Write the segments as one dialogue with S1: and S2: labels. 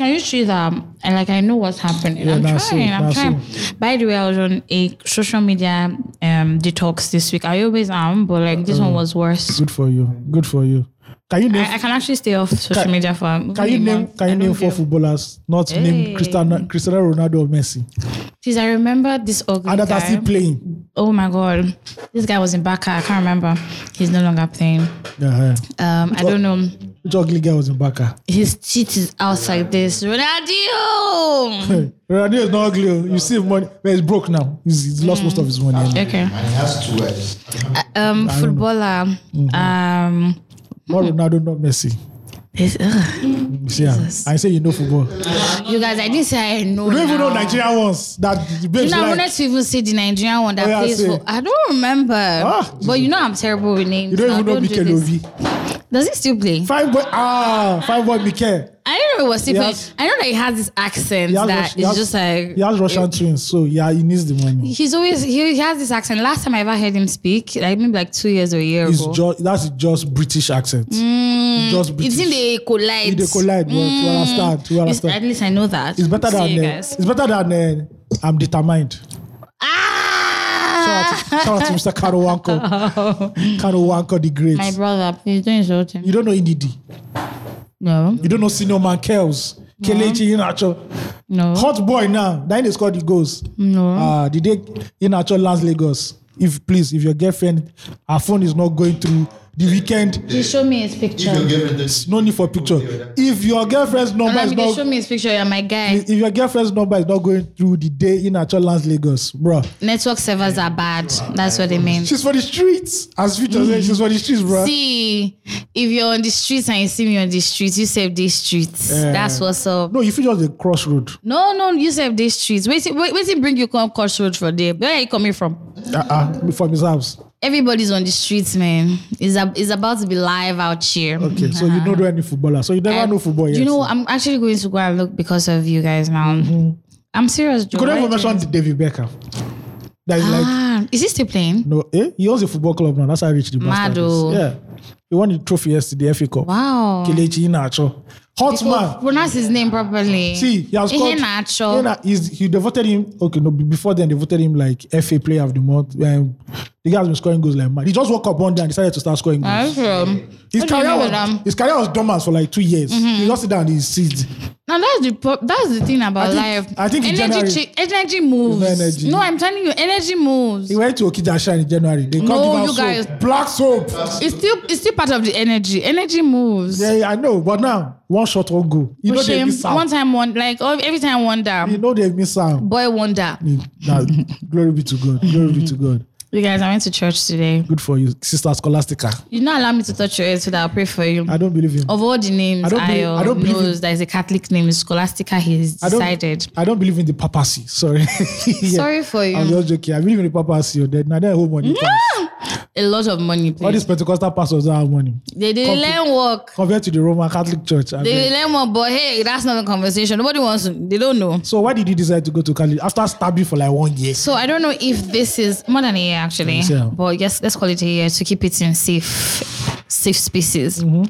S1: I used to that, and like I know what's happening.
S2: Yeah,
S1: I'm
S2: that's
S1: trying.
S2: it,
S1: I'm
S2: that's
S1: trying. By the way, I was on a social media um detox this week. I always am, but like this one was worse.
S2: Good for you. Good for you. Mm. Can you name?
S1: I, I can actually stay off social
S2: Can-
S1: media for.
S2: can you name? Can you name four footballers? Not name Cristiano, Cristiano Ronaldo or Messi,
S1: Please, I remember this ugly
S2: and that are
S1: guy.
S2: still playing.
S1: Oh my god, this guy was in Baka. I can't remember. He's no longer playing.
S2: Yeah, yeah.
S1: Um, I don't know.
S2: Which ugly guy was in Barca?
S1: His teeth is out like this. Ronaldo.
S2: Hey, Ronaldo is not ugly. oh. You save money. But he's broke now. He's, he's lost most of his money. anyway.
S1: Okay.
S3: And he has two eyes.
S1: Um, footballer.
S2: Mm-hmm.
S1: Um,
S2: Not Ronaldo, not Messi.
S1: this- ugh.
S2: You see, am. I say you know football. You
S1: you guys, I didn't say I know.
S2: don't even know
S1: now.
S2: Nigeria ones. That the babes
S1: You know, I
S2: like.
S1: wanted to even see the Nigerian one that
S2: Oh, yeah,
S1: plays
S2: say.
S1: for. I don't remember.
S2: Ah.
S1: But you know, I'm terrible with names.
S2: You don't
S1: now.
S2: even know
S1: do
S2: Mikel
S1: this.
S2: Ovi.
S1: Does he still play?
S2: Fine boy. Ah, fine boy Mikel.
S1: I don't know what Steve.
S2: Yes.
S1: I know that he has this accent
S2: He has
S1: that
S2: Rus-
S1: is
S2: he has-
S1: just like
S2: He has Russian twins, so yeah, he needs the money.
S1: he's always he, he has this accent. Last time I ever heard him speak, like maybe like two years or a year
S2: It's
S1: ago.
S2: just that's just British accent. It's just British.
S1: Mm, it's in the collide.
S2: They collide. Well, to understand, to
S1: It's-
S2: understand.
S1: At least I know that.
S2: It's better
S1: See
S2: than
S1: you
S2: uh,
S1: guys.
S2: it's better than uh, I'm determined. Shout out,
S1: Ah!
S2: to- shout out to Mr. Karo Wanko. Karo Wanko the Great.
S1: My brother, please don't insult him.
S2: you don't know Inidi.
S1: No,
S2: You don't know Senior Man Kels. Kelechi Inacho.
S1: no,
S2: Hot boy now. Then they scored the goals.
S1: no.
S2: Uh, the day Inacho lands Lagos. If please, if your girlfriend, her phone is not going through the weekend,
S1: He showed me his picture.
S3: If you give it this,
S2: no need for picture. If your girlfriend's number is
S1: Olami, they
S2: not
S1: showed me his picture. You're my guy.
S2: if your girlfriend's number is not going through the day Inacho lands Lagos, bruh.
S1: Network servers are bad. That's what they mean.
S2: She's for the streets. As Victor said, she's for the streets, bro.
S1: See, if you're on the streets and you see me on the streets, you save these streets.
S2: Eh.
S1: That's what's up.
S2: No, if you just a crossroad.
S1: No, no, you save these streets. Wait, till- wait, wait, till bring you come crossroad for there. Where are you coming from?
S2: Uh-uh. From his house.
S1: Everybody's on the streets, man. It's, ab it's about to be live out here.
S2: Okay. So you don't know any footballer. So you never know football yet.
S1: Uh-huh. You know, I'm actually going to go and look because of you guys now. I'm serious, Joe.
S2: Mm-hmm. could
S1: Why
S2: never
S1: do you-
S2: mention David Beckham. That is like
S1: ah, is he still playing?
S2: no, eh? He owns a football club now. That's how rich the bastard
S1: Mado.
S2: is. Yeah. He won the trophy yesterday, FA
S1: oh.
S2: Cup.
S1: Wow.
S2: Kelechi Inacho. Hot man.
S1: Pronounce his name properly.
S2: See, he has scored.
S1: Iheanacho.
S2: Ihena- he's, he devoted him. Okay, no, be- before then they voted him like FA Player of the Month. Um, the guy has been scoring goals like mad. He just woke up one day and decided to start scoring goals.
S1: Okay.
S2: His
S1: What do you mean
S2: career,
S1: Mm-hmm. with
S2: was,
S1: them?
S2: his career was dormant for like two years. He lost it down his seat.
S1: Now that's the pro- that's the thing about
S2: I think-
S1: life.
S2: I think in
S1: energy
S2: January-
S1: cha- energy moves.
S2: It's not energy.
S1: No, I'm telling you, energy moves.
S2: He went to Okijasha in January. They can't
S1: No,
S2: give out
S1: you
S2: soap.
S1: guys-
S2: Black soap.
S1: It's still it's still part of the energy. Energy moves.
S2: Yeah, I know. But now, one shot, one goal. You know
S1: Push
S2: they
S1: him.
S2: miss
S1: One
S2: out.
S1: time, one like oh, every time one
S2: You
S1: down.
S2: know they miss out.
S1: Boy wonder.
S2: Now, glory be to God. Glory be to God.
S1: You guys, I went to church today.
S2: Good for you, Sister Scholastica.
S1: You not allow me to touch your head so that I'll pray for you.
S2: I don't believe him.
S1: Of all the names
S2: I
S1: I,
S2: don't believe-
S1: uh,
S2: I don't believe
S1: knows, that is a Catholic name. Is Scholastica. He's
S2: I don't,
S1: decided.
S2: I don't believe in the papacy. Sorry. Yeah.
S1: Sorry for you.
S2: I'm just joking. I believe in the papacy. You're dead. Now they hold money.
S1: A lot of money.
S2: All
S1: Please.
S2: these Pentecostal pastors don't have money.
S1: They they
S2: Compl-
S1: learn work.
S2: Compared to the Roman Catholic Church. I
S1: They
S2: beg.
S1: learn work, but hey, that's not a conversation. Nobody wants. To, they don't know.
S2: So why did you decide to go to Cali after stabbing for like one year?
S1: So I don't know if this is more than a year actually,
S2: Yeah.
S1: but yes, let's call it a year to keep it in safe, safe spaces.
S2: Mm-hmm.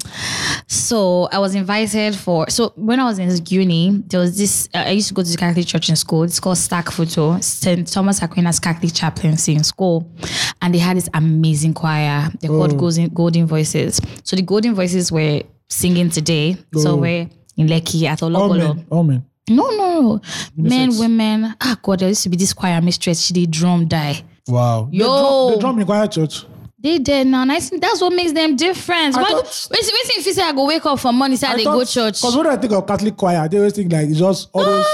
S1: So I was invited for. So when I was in uni, there was this. Uh, I used to go to the Catholic church in school. It's called Stack Photo, St. Thomas Aquinas Catholic Chaplaincy in school, and they had this amazing choir. They're
S2: Oh.
S1: called Golden, Golden Voices. So the Golden Voices were singing today.
S2: Oh.
S1: So we're in Lekki at
S2: Oh
S1: Ologolo.
S2: man, oh man.
S1: No, no, no. Men, women. Ah, God, there used to be this choir mistress. She did drum die.
S2: Wow. They
S1: Yo.
S2: drum, they drum in choir church.
S1: They did now. and I think that's what makes them different.
S2: I
S1: Why-
S2: thought-
S1: Wait, wait, wait, if you say I go wake up for morning, say I, dey go church.
S2: Because when I think of Catholic choir, they always think like it's just all those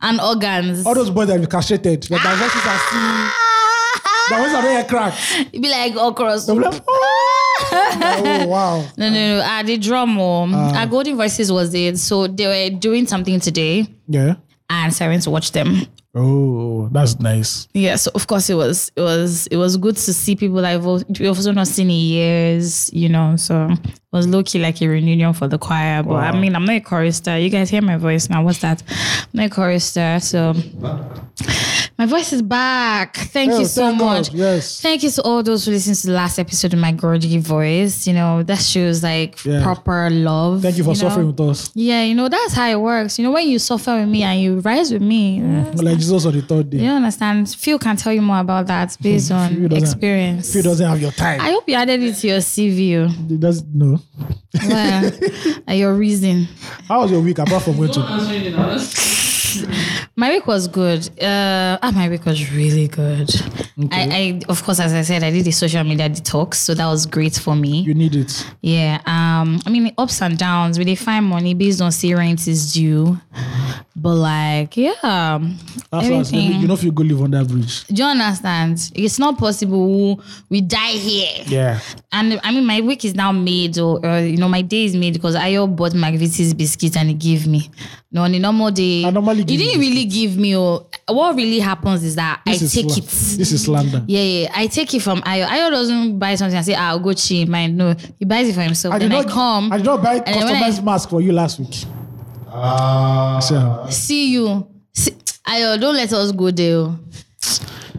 S1: Ah, and organs.
S2: all those boys that have been castrated. Like their voices are still
S1: Ah,
S2: their voices are not cracked.
S1: it be like okros.
S2: They'll be like, Oh wow.
S1: No, no, no. Ah, the drum. Um,
S2: Ah.
S1: Our golden voices was it. So they were doing something today,
S2: Yeah.
S1: and so I went to watch them.
S2: Oh, that's nice.
S1: Yeah, so of course it was it was it was good to see people I've al- we've also not seen in years, you know. So was low key like a reunion for the choir. But I mean, I'm not a chorister. You guys hear my voice now. What's that? I'm not a chorister. So my voice is back. Thank
S2: Oh,
S1: you so
S2: thank God.
S1: much.
S2: Yes.
S1: Thank you to all those who listened to the last episode of my grudgy voice. You know, that shows like
S2: Yeah.
S1: proper love.
S2: Thank you for
S1: know?
S2: suffering with us.
S1: Yeah, you know, that's how it works. You know, when you suffer with me and you rise with me,
S2: Like Jesus on the third day.
S1: you understand. Phil can tell you more about that based
S2: Phil
S1: on
S2: Hmm. doesn't-
S1: experience.
S2: If he doesn't have your time,
S1: I hope you added it to your CV. oh.
S2: he doesn't know.
S1: Well, and your reason.
S2: How was your week apart from going to?
S1: My week was good. Uh, ah, my week was really good. I, I, of course, as I said, I did a social media detox, so that was great for me.
S2: You need it.
S1: Yeah. Um, I mean, ups and downs. We define money based on see rent is due, but like, yeah,
S2: That's why I said,
S1: everything.
S2: you know if you go live on that bridge.
S1: Do you understand? It's not possible. We die here.
S2: Yeah.
S1: And I mean, my week is now made, or, or you know, my day is made because I all bought McVitie's biscuit and he gave me. No, on a normal day,
S2: I normally
S1: he
S2: give
S1: didn't
S2: you
S1: really give me. Oh, what really happens is that I
S2: is
S1: take
S2: slan-
S1: it.
S2: This is slander.
S1: Yeah, yeah, I take it from Ayo. Ayo doesn't buy something and say, ah, I'll go chill. Mine, no, he buys it for himself.
S2: I did
S1: then
S2: not
S1: I come.
S2: I did not buy
S1: and then when I-
S2: customized mask for you last week. uh,
S3: Ah.
S2: So,
S1: see you. See, Ayo, don't let us go there. oh.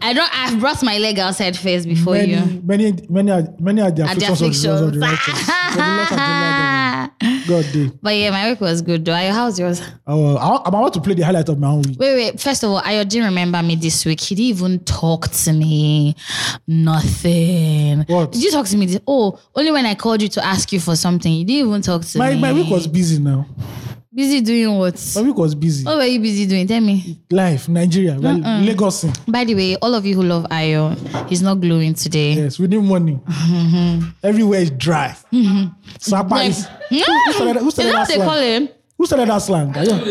S1: I don't. I've brought my leg outside first before
S2: many,
S1: you.
S2: many, many, are, many are the
S1: At the
S2: afflictions
S1: afflictions.
S2: of the righteous. For the Lord has delivered them. God did.
S1: Ah. But yeah, my week was good though. Ayo, how's yours?
S2: Oh, I, want- I'm about to play the highlight of my own week.
S1: Wait, wait. First of all, Ayo didn't remember me this week. He didn't even talk to me. Nothing.
S2: What?
S1: Did you talk to me? This? Oh, only when I called you to ask you for something. You didn't even talk to
S2: My,
S1: me.
S2: my week was busy now.
S1: busy doing what?
S2: My week was busy.
S1: What were you busy doing? Tell me.
S2: Life, Nigeria, we are Lagos.
S1: By the way, all of you who love Ayo, he's not glowing today.
S2: Yes, we need money.
S1: Mm-hmm.
S2: Everywhere is dry. Sapa is.
S1: No,
S2: Who started, who
S1: is that
S2: started that
S1: what they call
S2: slang?
S1: him?
S2: Who started that slang? I just,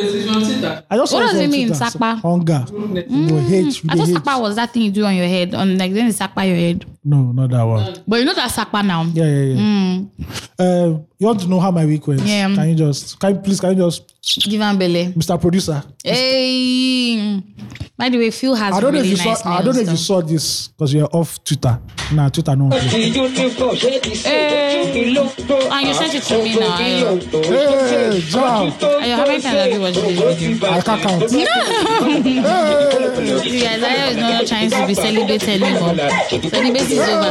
S2: I just saw
S1: What does
S2: from
S1: it mean,
S2: Twitter.
S1: sapa? Mm.
S2: Hunger. No, hate.
S1: I thought
S2: really hate.
S1: Sakpa was that thing you do on your head, on like then it's Sakpa your head.
S2: No, not that one.
S1: But you know that Sakpa now.
S2: Yeah, yeah, yeah. Uh, you want to know how my week went?
S1: Mm. Yeah.
S2: Can you just, can you please, can you just,
S1: Give him belly.
S2: Mr. Producer?
S1: Hey. By the way, Phil has
S2: I don't know if
S1: really
S2: you
S1: nice
S2: saw. I don't know
S1: nails,
S2: if you
S1: though.
S2: saw this because you're off Twitter. Nah, Twitter
S1: Eh,
S2: no. one play.
S1: Ah, you sent it to me now. Ayo.
S2: Hey, jam!
S1: Ayo, how many times have you watched this video?
S2: I can't count.
S1: You guys, Ayo is not trying to be celebrated anymore. Celibacy is over.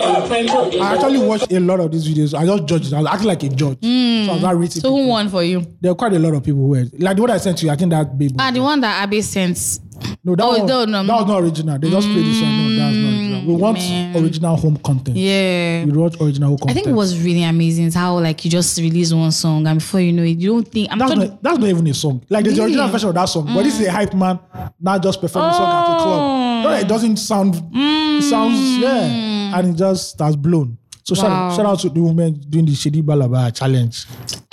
S1: Oh,
S2: I actually watched a lot of these videos. I just judged. I was acting like a judge. So I was not rating.
S1: So
S2: people.
S1: who won for you?
S2: there were quite a lot of people who were like the one I sent to you. I think that baby.
S1: Ah, the one that Abe sent.
S2: No, that
S1: Oh,
S2: one-
S1: no, no.
S2: that was not original. They just played this one. No, that's not original. We want original home content.
S1: Yeah.
S2: We want original home
S1: I
S2: content.
S1: think what's really amazing is how like you just release one song and before you know it, you don't think I'm
S2: that's
S1: trying to
S2: not, that's not even a song. Like there's the
S1: Really?
S2: original version of that song, but this is
S1: Mm.
S2: a hype man now just performing the song at the
S1: Oh.
S2: club. No, it doesn't sound. It sounds yeah, and it just has blown. So shout,
S1: Mm. Wow.
S2: out, shout out to the women doing the Shady Balaba challenge.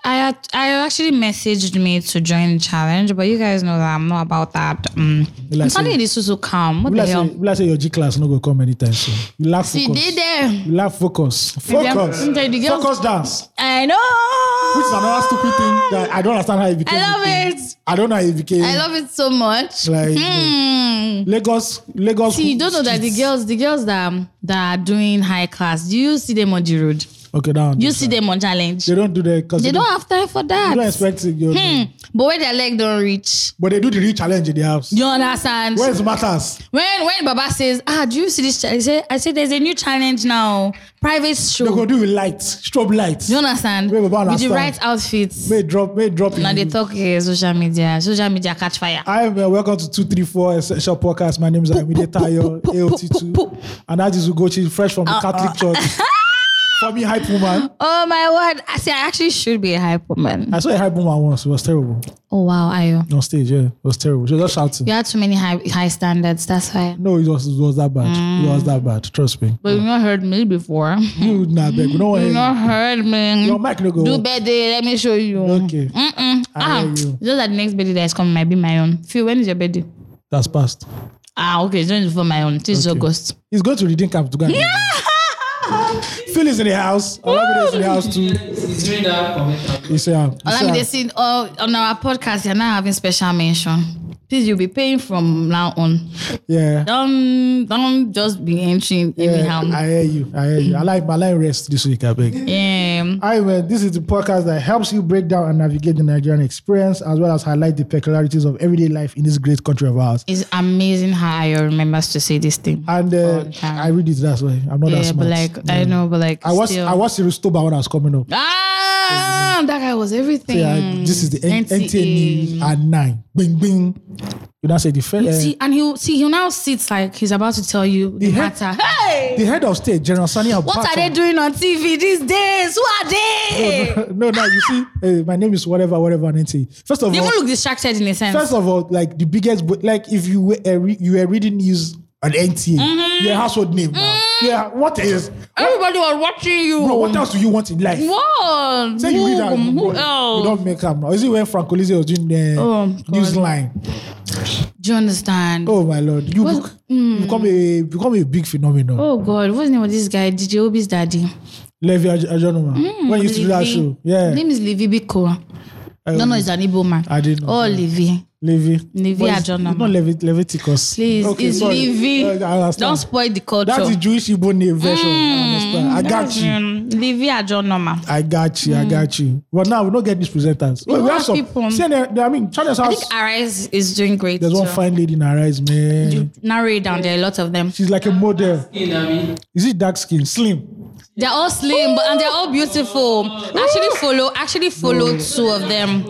S1: I had, I actually messaged me to join the challenge, but you guys know that I'm not about that. Mm.
S2: Will I
S1: I'm
S2: say-
S1: telling you this is so calm. What
S2: Will I
S1: the
S2: say,
S1: hell?
S2: will I say your G class no go come anytime soon? You lack
S1: See,
S2: focus.
S1: they there.
S2: You lack focus. Focus.
S1: I'm telling you, the girls-
S2: Focus dance.
S1: I know.
S2: Which is another stupid thing that I don't understand how it
S1: I
S2: became.
S1: love
S2: a thing.
S1: it.
S2: I don't know how it became.
S1: I love it so much.
S2: Like,
S1: Hmm.
S2: Lagos, Lagos.
S1: See, you don't know that the
S2: streets.
S1: girls, the girls that, um, that are doing high class, do you see them on the road?
S2: Okay, down.
S1: Do you see them on challenge?
S2: They don't do that because
S1: They don't have time for
S2: You don't
S1: that.
S2: expect it. You know.
S1: Hmm. But when their leg don't reach,
S2: But they do the real challenge in the house.
S1: you understand?
S2: Where's matters?
S1: When when Baba says, ah, do you see this? challenge? I say, I say, there's a new challenge now, private show.
S2: They go do with lights, strobe lights.
S1: You understand?
S2: Wait,
S1: With
S2: Baba,
S1: the
S2: understand.
S1: right outfits.
S2: May drop, may drop.
S1: Now
S2: in
S1: they
S2: you.
S1: talk eh, social media. Social media catch fire.
S2: Hi, everyone. welcome to 234 Essential Podcast. My name is Amide Tayo, AOT2. And that is Ugochi, fresh from
S1: Uh,
S2: the Catholic Church. For me, hype woman.
S1: Oh my word! I say I actually should be a hype woman.
S2: I saw a hype woman once. It was terrible.
S1: Oh wow, Ayo,
S2: On stage, yeah. It was terrible. She was just shouting.
S1: you had too many high high standards. That's why.
S2: No, it was, it was that bad. It was that bad. Trust me.
S1: But you've not heard me before. You've
S2: You nah, beg. We don't want to hear
S1: not heard
S2: you.
S1: me.
S2: Mm. Your mic no go.
S1: Mm. Do
S2: work.
S1: better. Let me show you.
S2: Okay.
S1: Mm-mm.
S2: I
S1: Ah,
S2: hear
S1: just
S2: you.
S1: that the next birthday that is coming might be my own. Phil, when is your birthday?
S2: That's past.
S1: Ah, okay, it's not for my own. This is
S2: Okay.
S1: August.
S2: He's going to redeem camp to go. and- Phil is in the house. Olamide is in the house too.
S3: It's doing that comment.
S2: He's here. He's
S1: Olamide
S2: here.
S1: said, oh, on our podcast, you're not having special mention. Please, you'll be paying from now on.
S2: Yeah.
S1: Don't don't just be entering anyhow.
S2: yeah. I hear you. I hear you. I like my line rest this week, I beg.
S1: yeah.
S2: Hi, man. This is the podcast that helps you break down and navigate the Nigerian experience, as well as highlight the peculiarities of everyday life in this great country of ours.
S1: It's amazing how I remember to say this thing.
S2: And uh,
S1: time.
S2: I read it that way. I'm not
S1: yeah,
S2: that smart.
S1: but like I know, but like
S2: I was
S1: still.
S2: I was in Stoba when I was coming up.
S1: ah, that guy was everything.
S2: Yeah, Mm-hmm. this is the N- NTA news at nine. Bing bing. You know, say the first. eh,
S1: See, and he'll see he'll now sits like he's about to tell you the,
S2: The head-
S1: matter. Hey,
S2: the head of state, General Sani
S1: what are they doing on TV these days? Who are they?
S2: no, no, you see, eh, my name is whatever, whatever, and NTA. First of
S1: They
S2: all,
S1: even look distracted in a sense.
S2: First of all, like the biggest, bo- like if you were a re- you were reading news on NTA,
S1: Mm-hmm.
S2: your household name now. Yeah, what is?
S1: Everybody was watching you.
S2: Bro, what else do you want in life?
S1: What?
S2: Say
S1: who,
S2: you read that.
S1: who
S2: book, You
S1: else?
S2: don't make up now. Is it when Franco Lizzie was doing the
S1: Oh,
S2: news
S1: God.
S2: line?
S1: Do you understand? Oh.
S2: Oh my lord, you bec- become
S1: Mm.
S2: a become a big
S1: Oh,
S2: phenomenon.
S1: God, what's the name of this guy? DJ Obi's daddy.
S2: Levi Aj- Ajonuma,
S1: Mm,
S2: when you used to do that
S1: Livy.
S2: show, yeah, Um,
S1: His name is Livy Biko. No, no, it's an Igbo man.
S2: I didn't know
S1: Oh, Livy.
S2: Levi.
S1: Levi
S2: But it's-
S1: Ajonuma.
S2: it's not Levi Leviticus.
S1: Please, it's
S2: sorry.
S1: Livy.
S2: Uh, I understand.
S1: Don't spoil the Mm, culture.
S2: That's the Jewish Igbo name version. I understand. I got you.
S1: Mm, Livy Ajonoma.
S2: I got you. I got you. But now we don't get these presenters. Wait,
S1: don't
S2: we
S1: Mm. have
S2: have some.
S1: people.
S2: CNN, I mean, Channel's
S1: I
S2: house.
S1: think Arise is doing great.
S2: there's one
S1: too.
S2: fine lady in her eyes, man.
S1: Narrow it down. There are a lot of them.
S2: She's like a model.
S4: You know what I mean?
S2: Is it dark skin, slim?
S1: They're all slim, but and they're all beautiful. Actually, follow. Actually, follow two of them.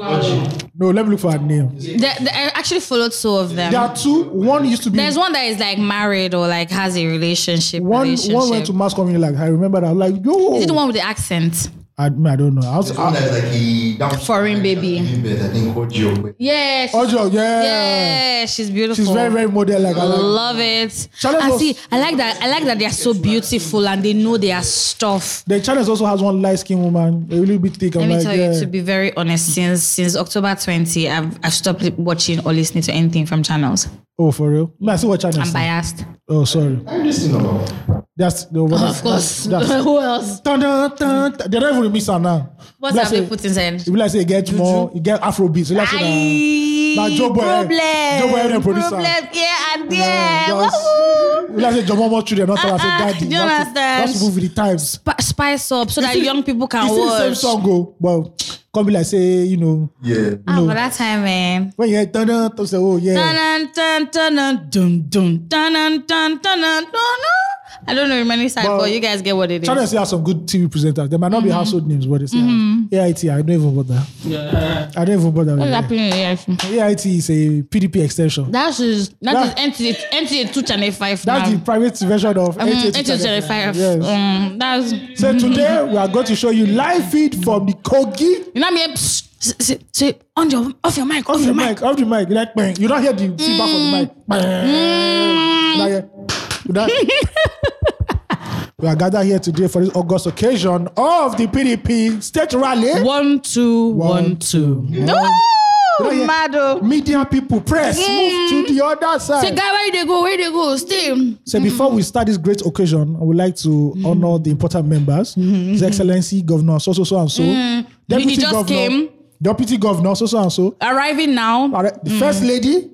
S2: No, let me look for her name.
S1: They, they, I actually followed two of them.
S2: There are two. One used to be.
S1: There's one that is like married or like has a relationship.
S2: One,
S1: relationship.
S2: one went to mass community. Like I remember that. I'm like yo.
S1: is it the one with the accent?
S2: I, man, I don't know. I was,
S3: There's one
S2: I,
S3: that's like he that was-
S1: Foreign
S3: like,
S1: baby.
S3: in bed, I think Ojo.
S1: Yeah. She's,
S2: Ojo, yeah.
S1: yeah, she's beautiful.
S2: She's very, very model. Like I like.
S1: Love it.
S2: Charlotte
S1: I
S2: was-
S1: see. I like that. I like that they are so beautiful and they know their stuff.
S2: The channel also has one light skinned woman, a little bit thick. I'm
S1: Let me
S2: like,
S1: tell
S2: yeah.
S1: you, to be very honest, since since October 20, I've I've stopped watching or listening to anything from channels.
S2: oh, for real? Man, I see what channel.
S1: I'm
S2: is.
S1: biased.
S2: Oh, sorry.
S3: I'm just know.
S2: That's the one.
S1: Of course.
S2: That's,
S1: Who else?
S2: Dun, dun, dun, dun. They don't even remix her now.
S1: What
S2: Be like
S1: have they
S2: say-
S1: put inside?
S2: If you like say it gets more, it get Afro beats. You like say
S1: Aye,
S2: na Joe Boy, eh,
S1: problem.
S2: Joe Boy and the producer.
S1: Problem here and there.
S2: just-
S1: Wahoo.
S2: you like say Jomo more children, not uh-uh, say
S1: Uh-uh,
S2: daddy.
S1: do you
S2: That's-
S1: understand?
S2: That's move with the times.
S1: Sp- spice up so that
S2: still-
S1: young people can
S2: It's still the same
S1: watch.
S2: song go, but come be like say you know
S3: Yeah.
S1: Ah, but that time, man.
S2: when you hear dun dun, dun say oh yeah.
S1: Dun dun dun dun dun dun dun dun dun dun dun dun. I don't know remaining side,
S2: Well,
S1: but you guys get what it is.
S2: Channel still has some good TV presenters. They might not be household names, but they still have. AIT, I don't even bother.
S4: Yeah.
S2: I don't even bother.
S1: What's
S2: With
S1: happening in your iPhone?
S2: it. AIT is a PDP extension.
S1: That is
S2: That-
S1: that is NTA NTA two channel five
S2: That's
S1: now.
S2: the private version of
S1: Mm,
S2: AIT.
S1: NTA channel five.
S2: Yes.
S1: Mm, that's you
S2: So today we are going to show you live feed from the Kogi.
S1: know what I mean. Psst, s- s- Say on your off your mic
S2: Off
S1: off
S2: the
S1: your mic.
S2: mic, Mm-hmm. off the mic. Like, bang. you don't hear the feedback on the mic. Bang. Like, you don't- we are gathered here today for this August occasion of the PDP state rally.
S1: One two one two.
S2: Oh,
S1: Oh,
S2: yeah.
S1: No, mado.
S2: Media people, press, move to the other
S1: Say
S2: side.
S1: guy, where they go? Where they go? Stay.
S2: So before we start this great occasion, I would like to
S1: Mm-hmm.
S2: honor the important members, His Excellency Governor so so so and so,
S1: Mm. He just came.
S2: Deputy Governor so so and so,
S1: Arriving now.
S2: All right,
S1: Mm.
S2: the first lady,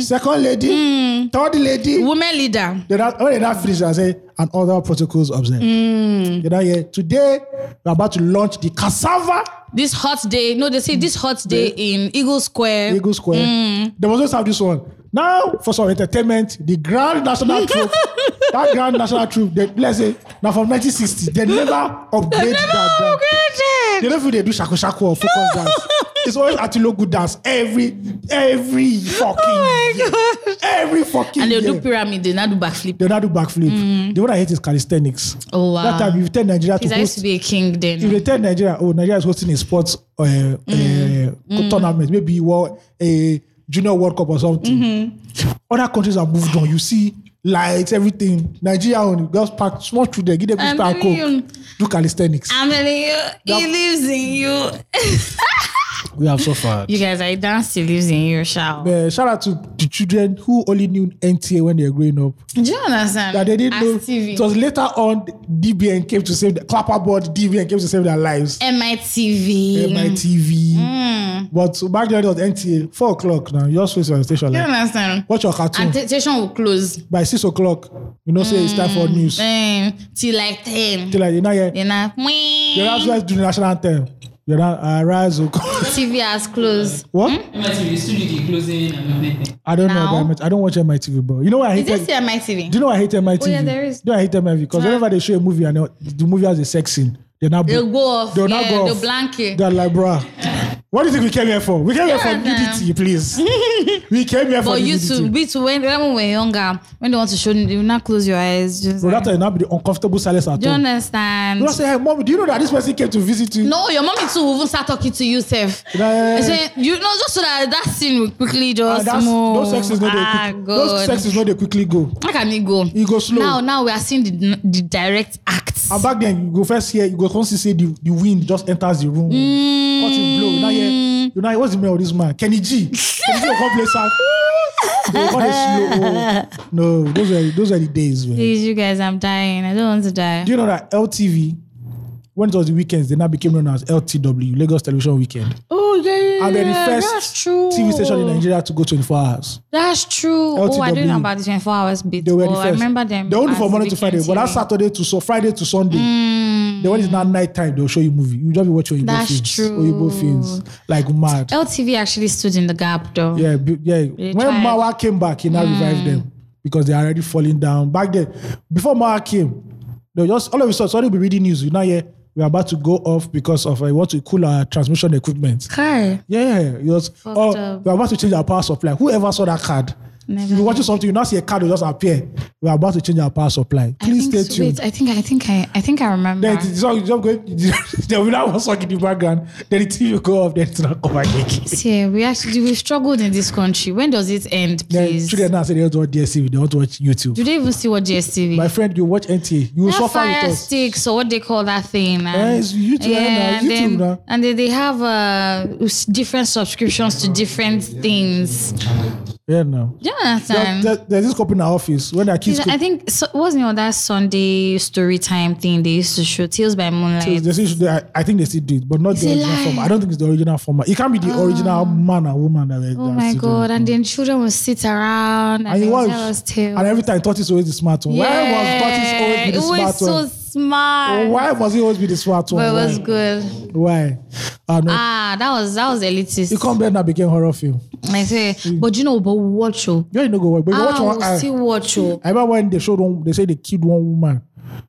S2: second lady, third lady.
S1: Women leader.
S2: They don't, when they don't finish, I say, and other protocols observed.
S1: Mm.
S2: You know, yeah, today we're about to launch the cassava
S1: This hot day. No, they say this hot day in Eagle Square.
S2: Eagle Square. They must just have this one. Now, for some entertainment, the Grand National Troop, that Grand National Troop, they, let's say, now from 1960, they never upgrade that. dance. They don't feel they do shaku shaku or focus dance. It's always Atilogu dance every, every fucking year. Every fucking
S1: And they
S2: year.
S1: do pyramid. They now do backflip.
S2: they now do backflip. The one I hate is calisthenics.
S1: Oh, wow.
S2: That time, if you tell Nigeria to
S1: Please, I used
S2: host,
S1: to be a king
S2: if
S1: then.
S2: they tell Nigeria, oh, Nigeria is hosting a sports uh, uh,
S1: Mm-hmm.
S2: tournament, maybe world, a junior World Cup or something.
S1: Mm-hmm.
S2: Other countries have moved on. You see lights, everything. Nigeria only just pack small through there, give them a
S1: I'm
S2: star
S1: telling
S2: coke, do calisthenics.
S1: I'm telling you, he lives in you.
S2: We have suffered.
S1: You guys, I dance still lives in Yerusha.
S2: Uh, shout out to the children who only knew NTA when they were growing up.
S1: Do you understand?
S2: That they didn't know.
S1: As TV.
S2: It was later on DBN came to save the clapperboard. DBN came to save their lives.
S1: MITV.
S2: MITV.
S1: Mm.
S2: But back then it was NTA. Four o'clock now. You just face on the station.
S1: Do you
S2: Like,
S1: understand?
S2: watch your cartoon.
S1: And the station will close
S2: By six o'clock, you know, say it's time for news.
S1: um, till like 10.
S2: Till like, you know, yeah,
S1: You know,
S2: you're not supposed to do the national anthem. You're not uh, rise. O-
S1: TV has closed.
S2: what?
S4: MITV, they still do the closing and everything.
S2: I don't
S1: Hmm? Now?
S2: know. That I don't watch MITV, bro. You know what I
S1: Is
S2: hate?
S1: this still MITV?
S2: Do you know I hate MITV?
S1: Oh, yeah, there is.
S2: Do I hate MITV? Because whenever they show a movie and they- the movie has a sex scene, they're not.
S1: They'll go off.
S2: They'll not
S1: yeah,
S2: go
S1: they'll
S2: off.
S1: blank it.
S2: They're like, bruh, what do you think we came here for? We came here for
S1: Yeah, nah.
S2: nudity, please. we came here for
S1: But you
S2: nudity.
S1: too, we too, when, when we were younger, when they want to show, you not close your eyes. Just
S2: Bro,
S1: like,
S2: that will not be the uncomfortable silence at
S1: do you
S2: all.
S1: understand?
S2: You don't say, hey, mom, do you know that this person came to visit you?
S1: No, your mommy too will even start talking to you, Seth.
S2: Nah.
S1: Say, you know, just so that that scene will quickly
S2: Ah,
S1: just
S2: that's,
S1: move.
S2: those sexes know
S1: ah,
S2: they quick, those
S1: God.
S2: sexes know they quickly go.
S1: How can it go?
S2: It go slow.
S1: Now, now we are seeing the, the direct acts.
S2: And back then, you go first here, you go constantly see the, the wind just enters the room. Cutting blow. You know, yeah,
S1: Mm.
S2: you know, what's the name of this man? Kenny G. Kenny G will come play sound. They will come dey slow. No, those were, those were the days. Man.
S1: Please, you guys, I'm dying. I don't want to die.
S2: Do you know that LTV, when it was the weekends, they now became known as LTW, Lagos Television Weekend.
S1: oh, yeah, yeah,
S2: And they're
S1: yeah.
S2: the first
S1: That's true.
S2: TV station in Nigeria to go 24 hours.
S1: That's true. Oh, I didn't know
S2: LTW.
S1: about the 24 hours bit.
S2: They were
S1: oh,
S2: the first.
S1: I remember them.
S2: They only
S1: as
S2: for Monday to
S1: weekend
S2: Friday, but that's
S1: TV.
S2: Saturday to so Friday to Sunday. The one is now night time. They'll show you movie. You just be watching
S1: Mm.
S2: Oyibo
S1: That's
S2: films.
S1: true.
S2: Oyibo films like mad.
S1: LTV actually stood in the gap, though.
S2: yeah, bu- yeah.
S1: They
S2: when
S1: tried.
S2: Mawa came back, he now
S1: Mm.
S2: revived them because they are already falling down. Back then, before Mawa came, they were just all of a sudden somebody will be reading news. You know, yeah, we are about to go off because of I want to cool our transmission equipment.
S1: Kai.
S2: Yeah, it was.
S1: Fucked
S2: Oh,
S1: up.
S2: we are about to change our power supply. Whoever saw that card,
S1: Never.
S2: you watching something, you now see a card will just appear. We are about to change our power supply. Please
S1: I
S2: stay
S1: think,
S2: tuned.
S1: Wait, I think I think I I think I remember.
S2: Then it's all, just going, there will not one song in the background. Then the TV will go off. Then it's not come back again.
S1: Yeah, we actually we struggled in this country. When does it end,
S2: Then
S1: please?
S2: children now say they want to watch DSTV. They want to watch YouTube.
S1: Do they even see what GSTV?
S2: My friend, you watch NTA. You will
S1: that
S2: suffer with
S1: fire
S2: us.
S1: sticks or what they call that thing. And,
S2: Yeah, it's YouTube, yeah, now,
S1: and
S2: YouTube
S1: then,
S2: now.
S1: and then they have uh, s- different subscriptions to different things. Do
S2: Yeah, no.
S1: you understand?
S2: There, there- there's this couple in our office when their kids
S1: Is- I
S2: cook,
S1: think so, wasn't it on that Sunday story time thing they used to show Tales by Moonlight.
S2: they still, they, I, I think they still do it, but not the
S1: a
S2: original
S1: lie.
S2: format. I don't think it's the original format. It can't be the original man and woman that were
S1: Ah. Oh my god! And then children will sit around and,
S2: And
S1: they
S2: it
S1: will
S2: was,
S1: tell us tales.
S2: and every time Tot is always the smart one. Why
S1: yeah,
S2: was Tot
S1: it
S2: always be Oh, the
S1: was
S2: smart one?
S1: so smart.
S2: Why must he always be the smart one?
S1: But it was
S2: Why?
S1: good.
S2: Why? Ah, no.
S1: Ah, that was that was
S2: You
S1: elitist.
S2: come back now became horror film.
S1: I say, but you know, but watch oh.
S2: You ain't no go work, but you watch
S1: Ah,
S2: one.
S1: we'll
S2: eye.
S1: still watch oh.
S2: I remember when they showed one, they said they killed one woman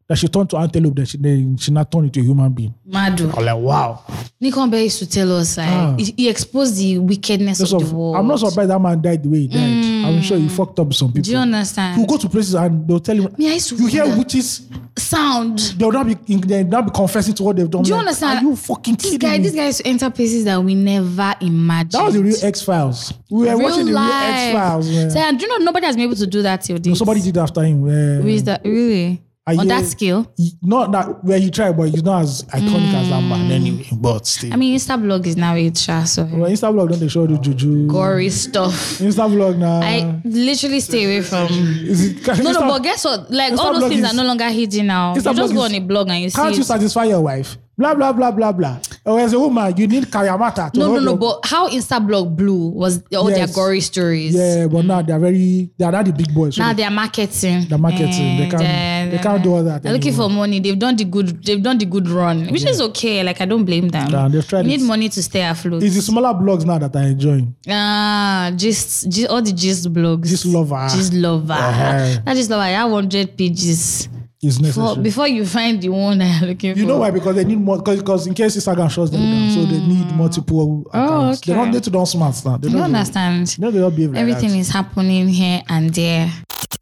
S2: that she turned to antelope, that she, they, she not turned into a human being.
S1: Madu.
S2: I'm like, wow.
S1: Nikon Bey used to tell us like
S2: Ah.
S1: he, he exposed the wickedness
S2: That's
S1: of,
S2: of-
S1: the world. Mm.
S2: I'm not surprised that man died the way he died. I'm sure he fucked up some people.
S1: Do you understand?
S2: He'll go to places and they'll tell him,
S1: Me, I used to
S2: you hear
S1: wonder-
S2: witches,
S1: Sound.
S2: they'll not be, they'll not be confessing to what they've done.
S1: Do you
S2: Like,
S1: understand?
S2: Are you fucking
S1: This
S2: kidding
S1: guy,
S2: me?
S1: this guy used to enter places that we never imagined.
S2: that was the real X Files. We were watching the real X Files. man.
S1: So, do you know nobody has been able to do that till this?
S2: Somebody did after him. eh,
S1: Who is that? Really?
S2: I
S1: On
S2: hear-
S1: that scale?
S2: he- not that where he tried, but he's not as iconic as that man anyway. But still,
S1: Mm. I mean, Instablog is now it, sha, so
S2: well, Insta blog don't they show the juju?
S1: gory stuff.
S2: Insta blog now.
S1: I literally stay away from.
S2: is it, can,
S1: No, no,
S2: uh, Insta-
S1: but guess what? Like all
S2: Instablog
S1: those things
S2: is-
S1: are no longer hidden now. You
S2: Instablog
S1: just go
S2: is-
S1: on a blog and you see.
S2: can't you
S1: it.
S2: satisfy your wife? Blah blah blah blah blah. Or as a woman, you need kayamata. To
S1: No, no,
S2: hold
S1: no.
S2: your-
S1: But how Instablog blew was all
S2: Yes.
S1: their gory stories.
S2: yeah, but now they're very they're not the big boys. So
S1: Now
S2: they,
S1: they are marketing.
S2: They're marketing. They
S1: Eh,
S2: can't- they can't do all that
S1: They're looking for money. They've done the good. They've done the good run, which is okay. Like I don't blame them.
S2: Yeah, they've tried
S1: You need
S2: it.
S1: money to stay afloat.
S2: it's the smaller blogs now that I enjoying.
S1: Ah, just, just all the gist blogs.
S2: Gist lover.
S1: Gist lover.
S2: Uh-huh.
S1: That gist lover. I have hundred pages.
S2: It's
S1: For,
S2: necessary.
S1: before you find the one that you're looking for.
S2: you know why? Because they need more. Because in case Instagram shuts them down, so they need multiple accounts.
S1: Mm.
S2: They
S1: Oh, okay.
S2: don't need to do smart now. They
S1: You
S2: don't. do-
S1: understand?
S2: You know they all behave like
S1: Everything
S2: that.
S1: is happening here and there.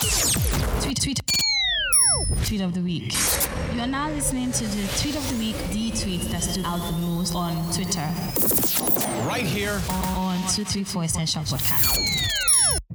S5: Tweet, tweet, tweet of the week. You are now listening to the tweet of the week, the tweet that stood out the most on Twitter.
S6: right here.
S5: On 234 Essential Podcast.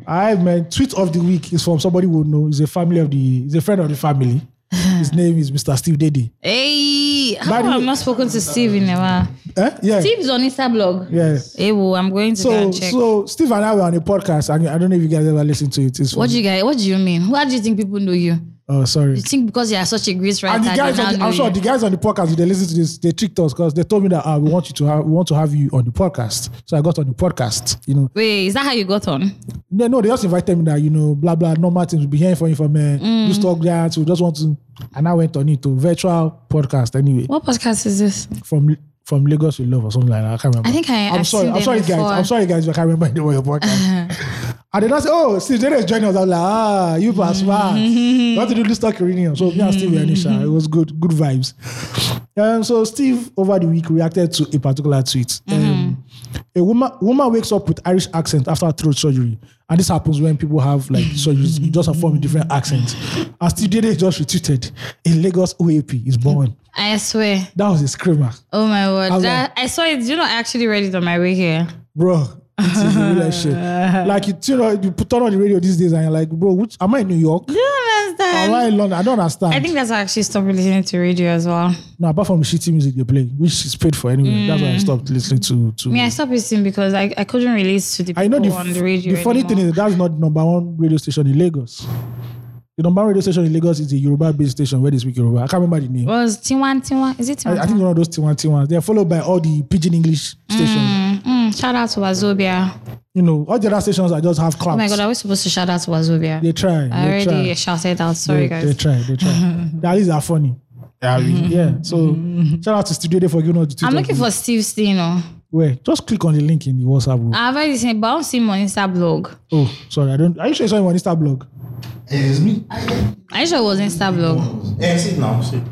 S2: I man, tweet of the week is from somebody we know. He's a family of the, he's a friend of the family. His name is Mr. Steve Daddy.
S1: Hey, How
S2: By the
S1: come
S2: way-
S1: I've not spoken to Steve in a while?
S2: Eh? Yeah.
S1: Steve's on Insta blog.
S2: Yes.
S1: Ewo, I'm going to go
S2: So,
S1: and check.
S2: so Steve and I were on a podcast, and I don't know if you guys ever listened to it. It's
S1: what do you guys? What do you mean? Why do you think people know you?
S2: Oh, sorry.
S1: You think because you are such a great writer,
S2: and the
S1: they
S2: guys,
S1: now
S2: on the,
S1: know
S2: I'm sure
S1: you?
S2: the guys on the podcast, if they listen to this, they tricked us because they told me that ah, we want you to have, we want to have you on the podcast. So I got on the podcast. You know,
S1: Wait, is that how you got on?
S2: no, no, they just invited me that you know, blah blah, normal things. We'll be hearing from you from uh, this talk that we just want to. And I went on it to virtual podcast anyway
S1: What podcast is this?
S2: from from Lagos with Love or something like that. I can't remember.
S1: I think I-
S2: I'm
S1: I've
S2: sorry.
S1: seen
S2: I'm
S1: them
S2: sorry,
S1: before.
S2: guys. I'm sorry, guys. If I can't remember the name of your podcast. and then I said, oh, Steve Jane is joining us. I'm like, ah, you are smart.
S1: Mm-hmm.
S2: you want to do this talk reunion. So me and Steve were initial. It was good, good vibes. Um, so Steve over the week reacted to a particular tweet. Um,
S1: Mm-hmm.
S2: a woman woman wakes up with Irish accent after throat surgery, and this happens when people have like surgeries. You just have formed a different accent. And Steve Jane just retweeted, "A Lagos OAP is born."
S1: I swear.
S2: That was a screamer.
S1: Oh my word.
S2: was
S1: that, I saw it. You know, I actually read it on my way here.
S2: bro. It is the realest shit. Like you, you know, you put on the radio these days and you're like, bro, which am I in New York?
S1: Do you
S2: Am
S1: understand?
S2: I in London? I don't understand.
S1: I think that's why I actually stopped listening to radio as well.
S2: no, apart from the shitty music they play, which is paid for anyway. That's why I stopped listening to to.
S1: I mean, Mm. I stopped listening because I, I couldn't release to the people
S2: I know the,
S1: on the radio.
S2: the funny
S1: anymore.
S2: thing is that's not the number one radio station in Lagos. The number one radio station in Lagos is the Yoruba based station where they speak Yoruba. I can't remember the name.
S1: was Tiwan Tiwan. Is it
S2: I,
S1: Tiwan?
S2: I think
S1: Tiwan?
S2: one of those T1 T1s. They're followed by all the pidgin English stations.
S1: Mm, mm, shout out to Wazobia.
S2: You know, all the other stations I just have claps.
S1: Oh my god, are we supposed to shout out to Wazobia?
S2: They try.
S1: I
S2: they
S1: already
S2: try.
S1: shouted out. Sorry,
S2: they,
S1: guys.
S2: They try, they try. At least they're funny. Yeah, I mean, yeah. So shout out to Studio Day for giving us the Twitter.
S1: Mm. I'm looking for Steve Stino.
S2: Where? Just click on the link in the WhatsApp. Group.
S1: I've already seen it, but I don't see him on Insta blog.
S2: oh, sorry, I don't. Are you sure you saw him on Insta blog?
S3: It's me.
S1: I sure it was
S2: Mm,
S1: Insta blog.
S3: Yeah, sit now. Sit.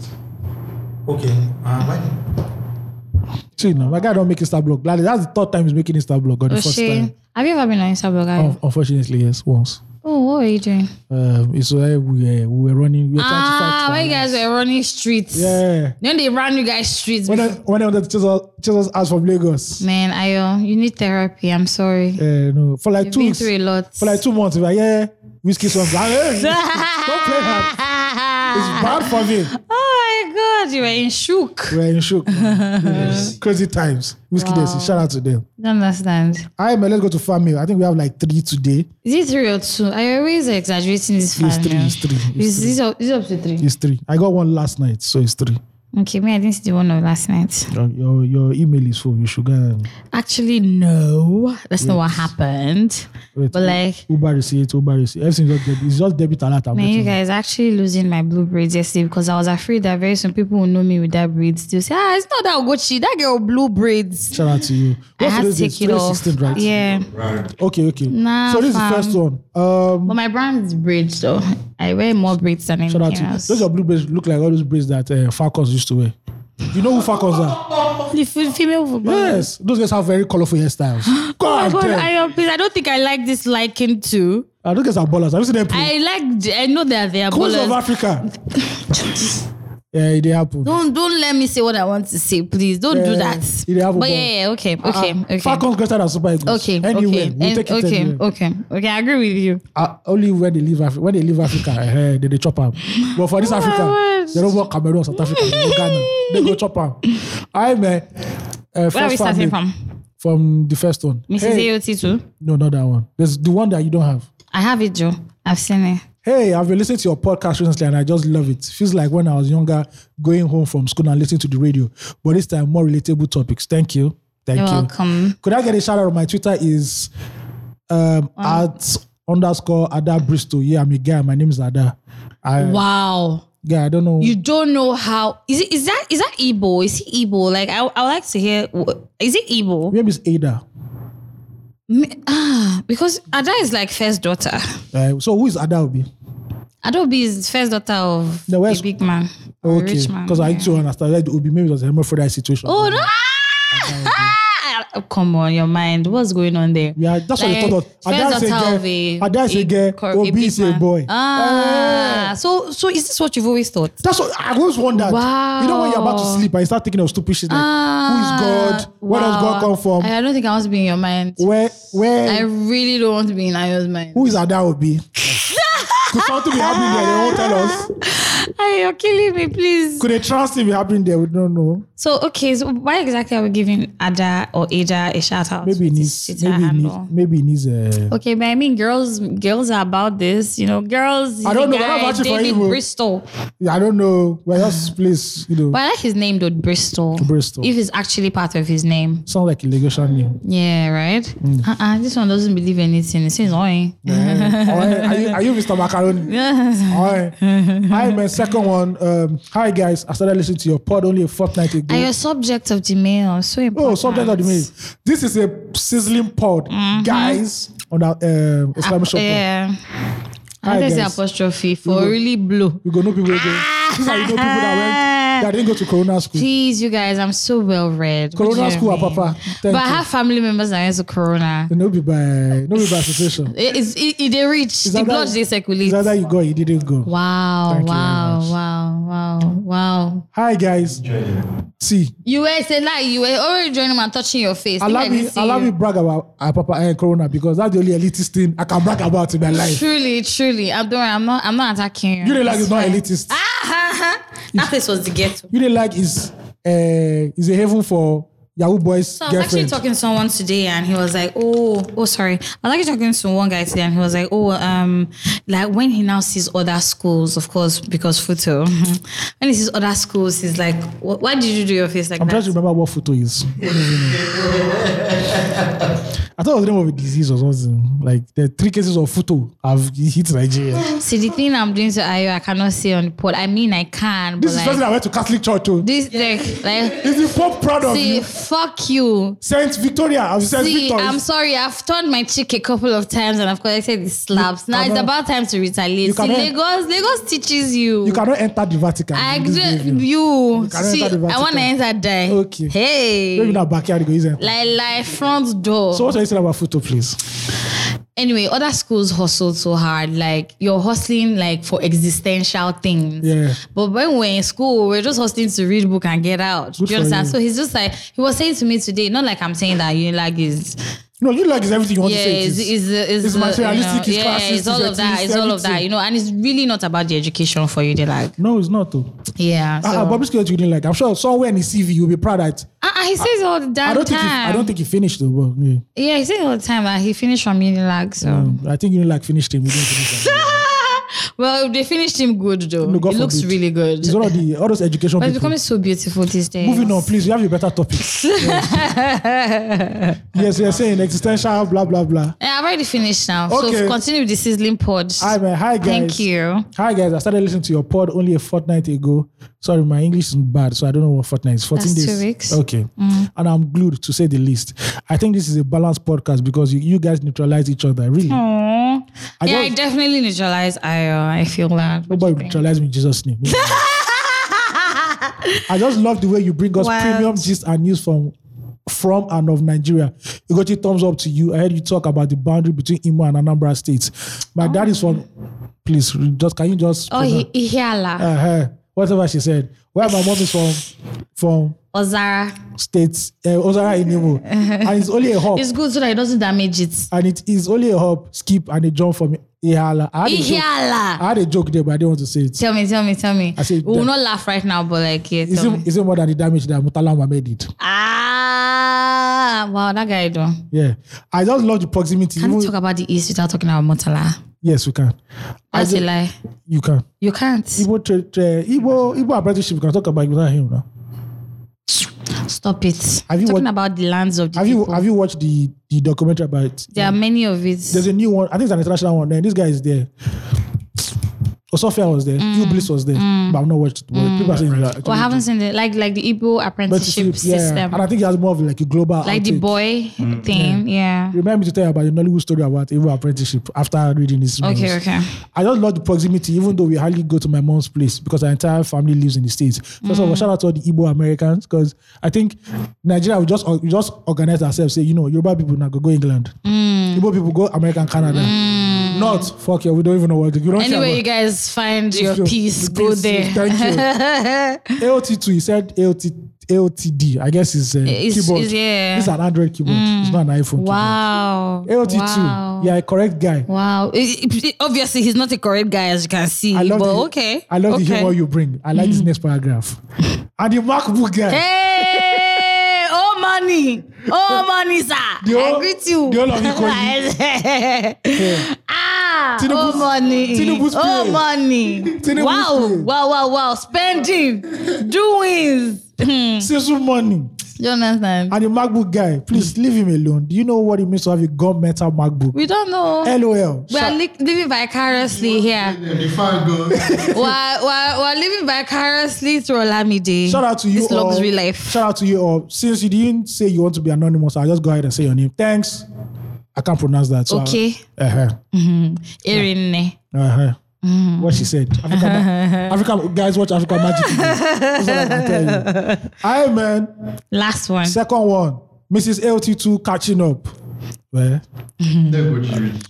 S3: Okay. Uh, why?
S2: See now, my guy don't make Insta blog. Like, that's the third time he's making Insta blog or the first
S1: Oshie,
S2: time.
S1: Oh,
S2: Oh.
S1: have you ever been on Insta blog? Are you?
S2: Un- Unfortunately, yes, once.
S1: Oh, what were you doing?
S2: Um, it's where we, uh, we were running. We were trying to fight.
S1: Ah,
S2: for
S1: when
S2: our
S1: you guys
S2: lives.
S1: were running streets.
S2: Yeah.
S1: Then they ran you guys streets.
S2: When I, when I wanted to chase us, chase us out from Lagos.
S1: Man, Ayo, you need therapy. I'm sorry.
S2: Uh, no, for like
S1: You've
S2: two
S1: been
S2: weeks.
S1: through a lot.
S2: For like two months, we were, yeah, whiskey songs. Like, hey, don't play that. It's bad for me.
S1: Oh my god, you were in shook.
S2: We're in shock. man. Crazy times. Whiskey Daisy. Shout out to them.
S1: Don't understand.
S2: All right, man, let's go to farm meal. I think we have like three today.
S1: Is it three or two? I always exaggerating this
S2: It's
S1: fan.
S2: three,
S1: yeah.
S2: it's three, it's
S1: Is this up, is it up to three?
S2: It's three. I got one last night, so it's three.
S1: Okay, me, I didn't see the one of last night.
S2: Your your, your email is full. You should go and
S1: Actually, no. That's not what happened.
S2: wait,
S1: But like-
S2: Uber receipt, Uber receipt. Everything is just debit. It's just debit alert. I'm
S1: Man, you
S2: getting.
S1: guys actually losing my blue braids yesterday because I was afraid that very soon people will know me with that braids. They'll say, ah, it's not that Gucci. That girl blue braids.
S2: Shout out to you.
S1: I had to
S2: today's
S1: take
S2: date?
S1: it off.
S2: 16th, right?
S1: Yeah.
S3: Right.
S2: Okay, okay.
S1: Nah,
S2: so this
S1: fam.
S2: is the first one. Um,
S1: But my brand is braids, though. I wear more braids than
S2: shout out
S1: anything
S2: to you.
S1: else.
S2: Those are blue braids look like all those braids that uh, Falcons used to wear. You know who Falcons are?
S1: The f- female football.
S2: Yes, those guys have very colorful hairstyles. God,
S1: Oh God,
S2: damn.
S1: I, don't- please, I don't think I like this liking too.
S2: I don't get some ballers. Have you seen them
S1: I
S2: play?
S1: like. I know that they are
S2: Coast of
S1: ballers.
S2: Africa. yeah, it did happen.
S1: Don't don't let me say what I want to say, please. Don't do
S2: Yeah,
S1: that.
S2: you have a
S1: But
S2: ball.
S1: yeah, yeah, okay, okay,
S2: Ah,
S1: okay.
S2: Falcons greater than Super Eagles.
S1: Okay,
S2: Anywhere.
S1: okay,
S2: We'll
S1: and-
S2: take it
S1: okay,
S2: anywhere.
S1: okay, okay. I agree with you.
S2: Ah, only when they leave Africa, when they leave Africa, eh, they, they chop up. But for
S1: Oh
S2: this Africa,
S1: word.
S2: they don't work Cameroon, South Africa, they go Ghana. They go chop up. I man. Uh,
S1: Where are we
S2: first family,
S1: starting from?
S2: From the first one.
S1: Mrs.
S2: Hey,
S1: AOT too.
S2: no, not that one. There's the one that you don't have.
S1: I have it, Joe. I've seen it.
S2: Hey, I've been listening to your podcast recently and I just love it. Feels like when I was younger, going home from school and listening to the radio. But this time, more relatable topics. Thank you. Thank
S1: You're
S2: you.
S1: welcome.
S2: Could I get a shout out? My Twitter is um, at underscore Ada Bristol. Yeah, I'm a guy. My name is Ada. I,
S1: Wow.
S2: Yeah, I don't know.
S1: You don't know how is it? Is that is that Igbo? Is he Igbo? Like I, I would like to hear. wh- Is it Igbo?
S2: Your name is Ada.
S1: Me- Ah, because Ada is like first daughter.
S2: Uh, so who is Ada Obi?
S1: Adobe is first daughter of
S2: The
S1: a
S2: West-
S1: big man, a
S2: Okay.
S1: rich man.
S2: Because I
S1: yeah.
S2: need to understand that Obi maybe it was a hermaphrodite situation.
S1: Oh no! Ah, Come on, your mind. What's going on there?
S2: Yeah, that's what they
S1: Like,
S2: told us. Ada
S1: first
S2: is a
S1: daughter of
S2: girl. Ada is a
S1: cor-
S2: girl. Obi
S1: big
S2: is a
S1: man.
S2: eh, boy. Eh.
S1: Ah, so so is this what you've always thought?
S2: That's what I always wondered.
S1: Wow.
S2: You know when you're about to sleep and you start thinking of stupid shit like who is God? Where does God come from?
S1: Ah, I, I don't think I want to be in your mind.
S2: where where
S1: I really don't want to be in Ayo's mind.
S2: who is Ada Obi? Could something be happening there? They won't tell us.
S1: I Sorry, you're killing me, please.
S2: Could a trans thing be happening there? We don't know.
S1: So, okay, so why exactly are we giving Ada or Ada a shout out?
S2: Maybe it
S1: with
S2: needs.
S1: this Twitter
S2: Maybe it needs.
S1: handle?
S2: Maybe uh, it needs a.
S1: Okay, but I mean, girls, girls are about this, you know. Girls,
S2: I don't
S1: the
S2: know, I'm
S1: Guy,
S2: vouching for
S1: David
S2: you, bro.
S1: Bristol,
S2: I don't know. Well, just please, you know.
S1: but I like his name though, Bristol.
S2: Bristol.
S1: If it's actually part of his name,
S2: Sounds like a Lagosian name.
S1: yeah, right.
S2: Mm.
S1: Uh, uh this one doesn't believe anything. It seems annoying.
S2: Eh, alright, are, you, are you Mr. Macaroni? Alright. Hi, my second one. Um, hi, guys. I started listening to your pod only a fortnight ago.
S1: And your subject of the mail so important.
S2: Oh, subject of the mail. This is a sizzling pod,
S1: Mm-hmm.
S2: guys, on our um, Islamic shop.
S1: Yeah.
S2: Hi,
S1: I think it's
S2: guys. Mm.
S1: apostrophe for
S2: will-
S1: really blue.
S2: We go know people again. These are you know people
S1: Ah.
S2: that went that didn't go to Corona school.
S1: Please, you guys, I'm so well read. What
S2: Corona
S1: do you
S2: school,
S1: mean?
S2: Papa.
S1: But
S2: Thank
S1: I
S2: you.
S1: have family members that are into Corona.
S2: They no be by no be by association.
S1: It, it's- it, it, they reach the
S2: either-
S1: blood they
S2: It's
S1: circulate.
S2: either you go, or you didn't go.
S1: Wow,
S2: Thank you very
S1: wow,
S2: much.
S1: wow, wow, wow.
S2: Hi guys. See,
S1: You were saying like oh, you were already joining him and touching your face. Think I
S2: allow me
S1: didn't see
S2: allow me
S1: you.
S2: brag about uh, Papa and Corona because that's the only elitist thing I can brag about in my life.
S1: Truly, truly. I'm doing I'm not I'm not attacking you.
S2: You didn't like it's not
S1: fine.
S2: elitist.
S1: That face was the ghetto.
S2: You didn't like is uh is a heaven for Yahoo boys
S1: So I was actually
S2: girlfriend.
S1: talking to someone today and he was like, Oh, oh sorry. I was actually talking to one guy today and he was like, Oh, um, like when he now sees other schools, of course, because photo. when he sees other schools, he's like, "Wh- why did you do your face like
S2: I'm
S1: that?
S2: trying to remember what photo is. I thought it was the name of a disease or something. Like the three cases of photo have hit Nigeria.
S1: See, the thing I'm doing to Ayo, I cannot say on the pod. I mean, I can, but
S2: This is
S1: like,
S2: person that went to Catholic Church. Too.
S1: this, like, like,
S2: Is the Pope proud of
S1: see,
S2: you?
S1: fuck you.
S2: Saint Victoria. I've Saint
S1: See,
S2: Victor.
S1: I'm sorry. I've turned my cheek a couple of times and I've collected the slaps. Now it's
S2: cannot-
S1: about time to retaliate.
S2: you
S1: See,
S2: cannot-
S1: Lagos, Lagos teaches you.
S2: you cannot enter the Vatican.
S1: I
S2: in this
S1: agree.
S2: behavior.
S1: You,
S2: cannot
S1: see,
S2: enter the
S1: I want to
S2: Vatican.
S1: enter die.
S2: Okay. Maybe
S1: Hey.
S2: not backyard. Go, isn't
S1: Like, like front door.
S2: So what are you saying about photo, please?
S1: anyway, other schools hustled so hard. Like you're hustling like for existential things.
S2: Yeah.
S1: But when we're in school, we're just hustling to read book and get out.
S2: Good
S1: Do you
S2: for
S1: understand?
S2: you.
S1: So he's just like he was saying to me today. Not like I'm saying that you like is
S2: No, you like is everything you want
S1: yeah
S2: to say. it
S1: is
S2: is.
S1: is is
S2: It's
S1: uh, you
S2: materialistic, it's
S1: yeah
S2: classist,
S1: it's all
S2: it's
S1: of that
S2: elitist,
S1: it's all of that
S2: everything.
S1: you know and it's really not about the education for you. They like
S2: no, it's not. Though.
S1: yeah. So.
S2: Ah, ah, public school you didn't like. I'm sure somewhere in his CV you'll be proud that.
S1: Ah, ah, he says all the damn
S2: I don't
S1: time.
S2: think he, I don't think he finished though. But, yeah.
S1: yeah, he says all the time that he finished from Unilag. So.
S2: Um, I think you didn't like finished him. You didn't finish him.
S1: well, they finished him good though.
S2: No, God
S1: it looks
S2: forbid.
S1: really good.
S2: It's all of the all those education
S1: But it's
S2: people.
S1: becoming so beautiful these days.
S2: Moving on, please. You have a better topic. yes, you're saying existential, blah blah blah.
S1: Eh, I've already finished now.
S2: Okay.
S1: So continue with the sizzling pod.
S2: Hi man, hi guys.
S1: Thank you.
S2: Hi guys, I started listening to your pod only a fortnight ago. Sorry, my English is bad, so I don't know what fortnight is. 14
S1: That's two
S2: days.
S1: weeks. Mm.
S2: Okay. And I'm glued to say the least. I think this is a balanced podcast because you, you guys neutralize each other, really.
S1: Oh, Aww.
S2: I
S1: yeah, I
S2: just-
S1: definitely neutralize Ayo. I feel that.
S2: Nobody neutralize me in Jesus' name. I just love the way you bring us
S1: Wild.
S2: premium gist and news from from and of Nigeria. Igochi, thumbs up to you. I heard you talk about the boundary between Imo and Anambra states. My dad is from. Please, just can you just?
S1: Oh, he, Ihiala.
S2: uh-huh, whatever she said. Well, my mom is from from
S1: Ozara.
S2: states uh, Ozara in Imo, and it's only a hop,
S1: Uh-huh. It's good so that it doesn't damage it.
S2: and it is only a hop, skip, and a jump from Ihala. I had, a joke,
S1: Ihiala.
S2: I had a joke there, but I didn't want to say it.
S1: Tell me, tell me, tell me.
S2: I said
S1: we will
S2: that-
S1: not laugh right now, but like, yeah,
S2: Is
S1: tell me.
S2: it, is it more than the damage that Mutala Mohammed did?
S1: Ah, wow, that guy though.
S2: Yeah, I just love the proximity.
S1: Can
S2: even-
S1: we talk about the East without talking about Motala?
S2: yes, we can. I
S1: That's a
S2: ju-
S1: lie.
S2: You can.
S1: You can't.
S2: Igbo, tra- tra- Igbo, Igbo apprenticeship. We can talk about it without him now.
S1: Stop it.
S2: Have you
S1: talking
S2: wa-
S1: about the lands of the
S2: Have
S1: people.
S2: you Have you watched the the documentary about?
S1: there are many of it.
S2: There's a new one. I think it's an international one. Then this guy is there. Osofia was there. Mm. Bliss was there. But I've not watched. it. But People are saying that.
S1: well, Mm. I haven't seen it. Like like the Igbo apprenticeship system.
S2: And I think he has more of like a global.
S1: Like the
S2: outtake.
S1: boy thing. Yeah.
S2: Remind me to tell you about the Nollywood story about Igbo apprenticeship after reading this.
S1: Okay,
S2: news.
S1: okay.
S2: I just love the proximity, even though we hardly go to my mom's place because our entire family lives in the States. First of
S1: Mm.
S2: all, shout out to all the Igbo Americans because I think Nigeria, we just, we
S1: Mm.
S2: just organize ourselves, say, you know, Yoruba people now go, go England. Igbo people go America and Canada. not, fuck you. We don't even know what. You don't care
S1: Anyway,
S2: about-
S1: you guys find your
S2: Thank you.
S1: peace. Go
S2: Peace.
S1: there.
S2: Thank you. AOT2, he said AOT, AOTD. I guess it's a
S1: It's-
S2: keyboard.
S1: it's- yeah. Mm.
S2: It's an Android keyboard. It's not an iPhone
S1: Wow.
S2: keyboard. AOT2.
S1: Wow.
S2: Yeah, correct guy.
S1: Wow. It- it- it- obviously, he's not a correct guy, as you can see.
S2: I love
S1: but
S2: the,
S1: okay.
S2: I love
S1: okay. Hmm.
S2: the humor you bring. I like this next paragraph. And the MacBook guy.
S1: Hey, oh money, oh money, sir.
S2: The
S1: I
S2: whole-
S1: greet you.
S2: the whole of
S1: ah,
S2: Tinubu's-
S1: oh money,
S2: Tinubu's
S1: oh
S2: pay.
S1: money.
S2: Tinubu's
S1: wow,
S2: pay.
S1: wow, wow, wow. Spending, doings. Hmm.
S2: Sisu money.
S1: you understand?
S2: And the MacBook guy. Please
S1: Hmm.
S2: leave him alone. Do you know what it means to have a gunmetal MacBook?
S1: we don't know.
S2: LOL.
S1: we are
S2: Sha-
S1: li- living vicariously here.
S3: The fire goes.
S1: we're, we're, we're living vicariously through Olamide.
S2: Shout out to you
S1: This
S2: all.
S1: luxury life.
S2: Shout out to you all. Since you didn't say you want to be anonymous, I'll just go ahead and say your name. Thanks. I can't pronounce that. So
S1: Okay.
S2: Uh huh.
S1: Erinne.
S2: Uh huh.
S1: Hmm.
S2: What she said. Africa, ma- Africa guys, watch Africa Magic. Video. That's what I can tell you. Hi, man.
S1: Last one.
S2: Second one. Mrs. LT2 catching up. Well,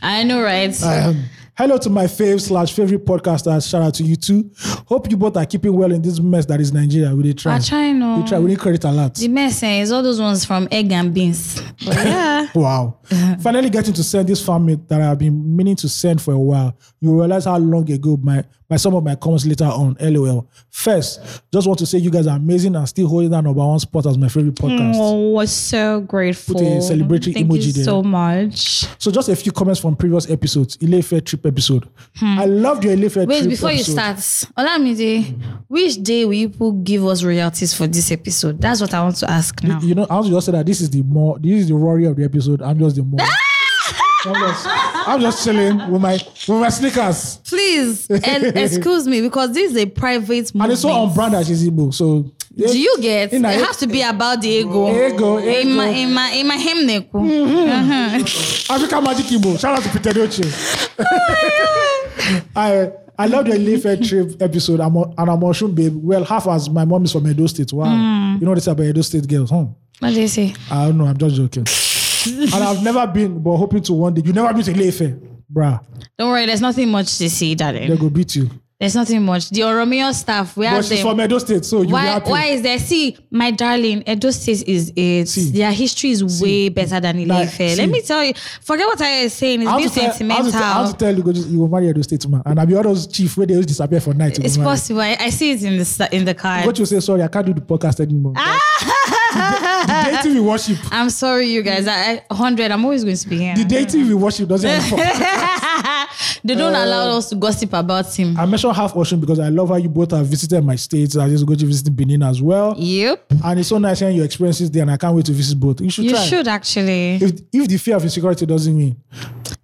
S1: I know, right?
S2: um, hello to my fave slash favorite podcasters. Shout out to you too. Hope you both are keeping well in this mess that is Nigeria. We did try.
S1: We're trying, oh.
S2: We try. We need credit a lot.
S1: The mess eh, is all those ones from egg and beans. But yeah.
S2: Wow. Finally getting to send this fan mail that I've been meaning to send for a while. You realize how long ago my by some of my comments later on. LOL. First, just want to say you guys are amazing and still holding that number one spot as my favorite podcast.
S1: Oh, we're so grateful.
S2: Put a celebratory
S1: Thank
S2: emoji
S1: you
S2: there.
S1: so much.
S2: So just a few comments from previous episodes. Ilefe trip episode. I loved your Ilefe trip
S1: Hmm. Wait, before
S2: episode.
S1: you start, Olamide, which day will you people give us royalties for this episode? That's what I want to ask now.
S2: You know, I was just say that this is the more this is the Rory of the episode. I'm just the more. I'm just, I'm just chilling with my with my sneakers.
S1: Please, and excuse me, because this is a private
S2: And it's so on
S1: movement.
S2: brand that she's Igbo. So
S1: Do you get? It
S2: In a-
S1: has to be about the ego.
S2: Ego, Hmm.
S1: In my,
S2: ego.
S1: in my, in my hymn, Neku.
S2: Africa Magic Igbo. Shout out to Peter Doche. I I love the Leafed trip episode. I'm a, and I'm a Oshun babe. Well, half as my mom is from Edo State. Wow.
S1: Mm.
S2: You know what they say about Edo State girls, huh?
S1: What do you say?
S2: I don't know. I'm just joking. and I've never been, but hoping to one day. You never been to Leafed, bruh.
S1: Don't worry, there's nothing much to see, darling.
S2: They go beat you.
S1: There's nothing much. The Oromeo staff, we
S2: But
S1: have
S2: she's
S1: them.
S2: from Edo State, so you be
S1: Why,
S2: happy.
S1: why is there? See, my darling, Edo State is it.
S2: See.
S1: Their history is way better than
S2: Like,
S1: Ilefe.
S2: see.
S1: Let me tell you. Forget what I was saying. It's
S2: I
S1: being
S2: have to tell- I have
S1: sentimental.
S2: to tell- I have to tell you, go, just- you will marry Edo State man, and I'll be all those chief where they always disappear for night. you go
S1: it's
S2: marry.
S1: possible. I, I see it in the sta- in the
S2: What
S1: card.
S2: you say? Sorry, I can't do the podcast anymore.
S1: Ah!
S2: the, the deity we worship.
S1: I'm sorry, you guys. I, I- hundred. I'm always going to be here. Ah,
S2: The deity we worship doesn't have a podcast.
S1: they don't
S2: Uh,
S1: allow us to gossip about him.
S2: I mentioned half ocean because I love how you both have visited my states. I just go to visit Benin as well.
S1: yep.
S2: And it's so nice hearing your experiences there, and I can't wait to visit both. You should
S1: You
S2: try.
S1: should actually.
S2: If, if the fear of insecurity doesn't mean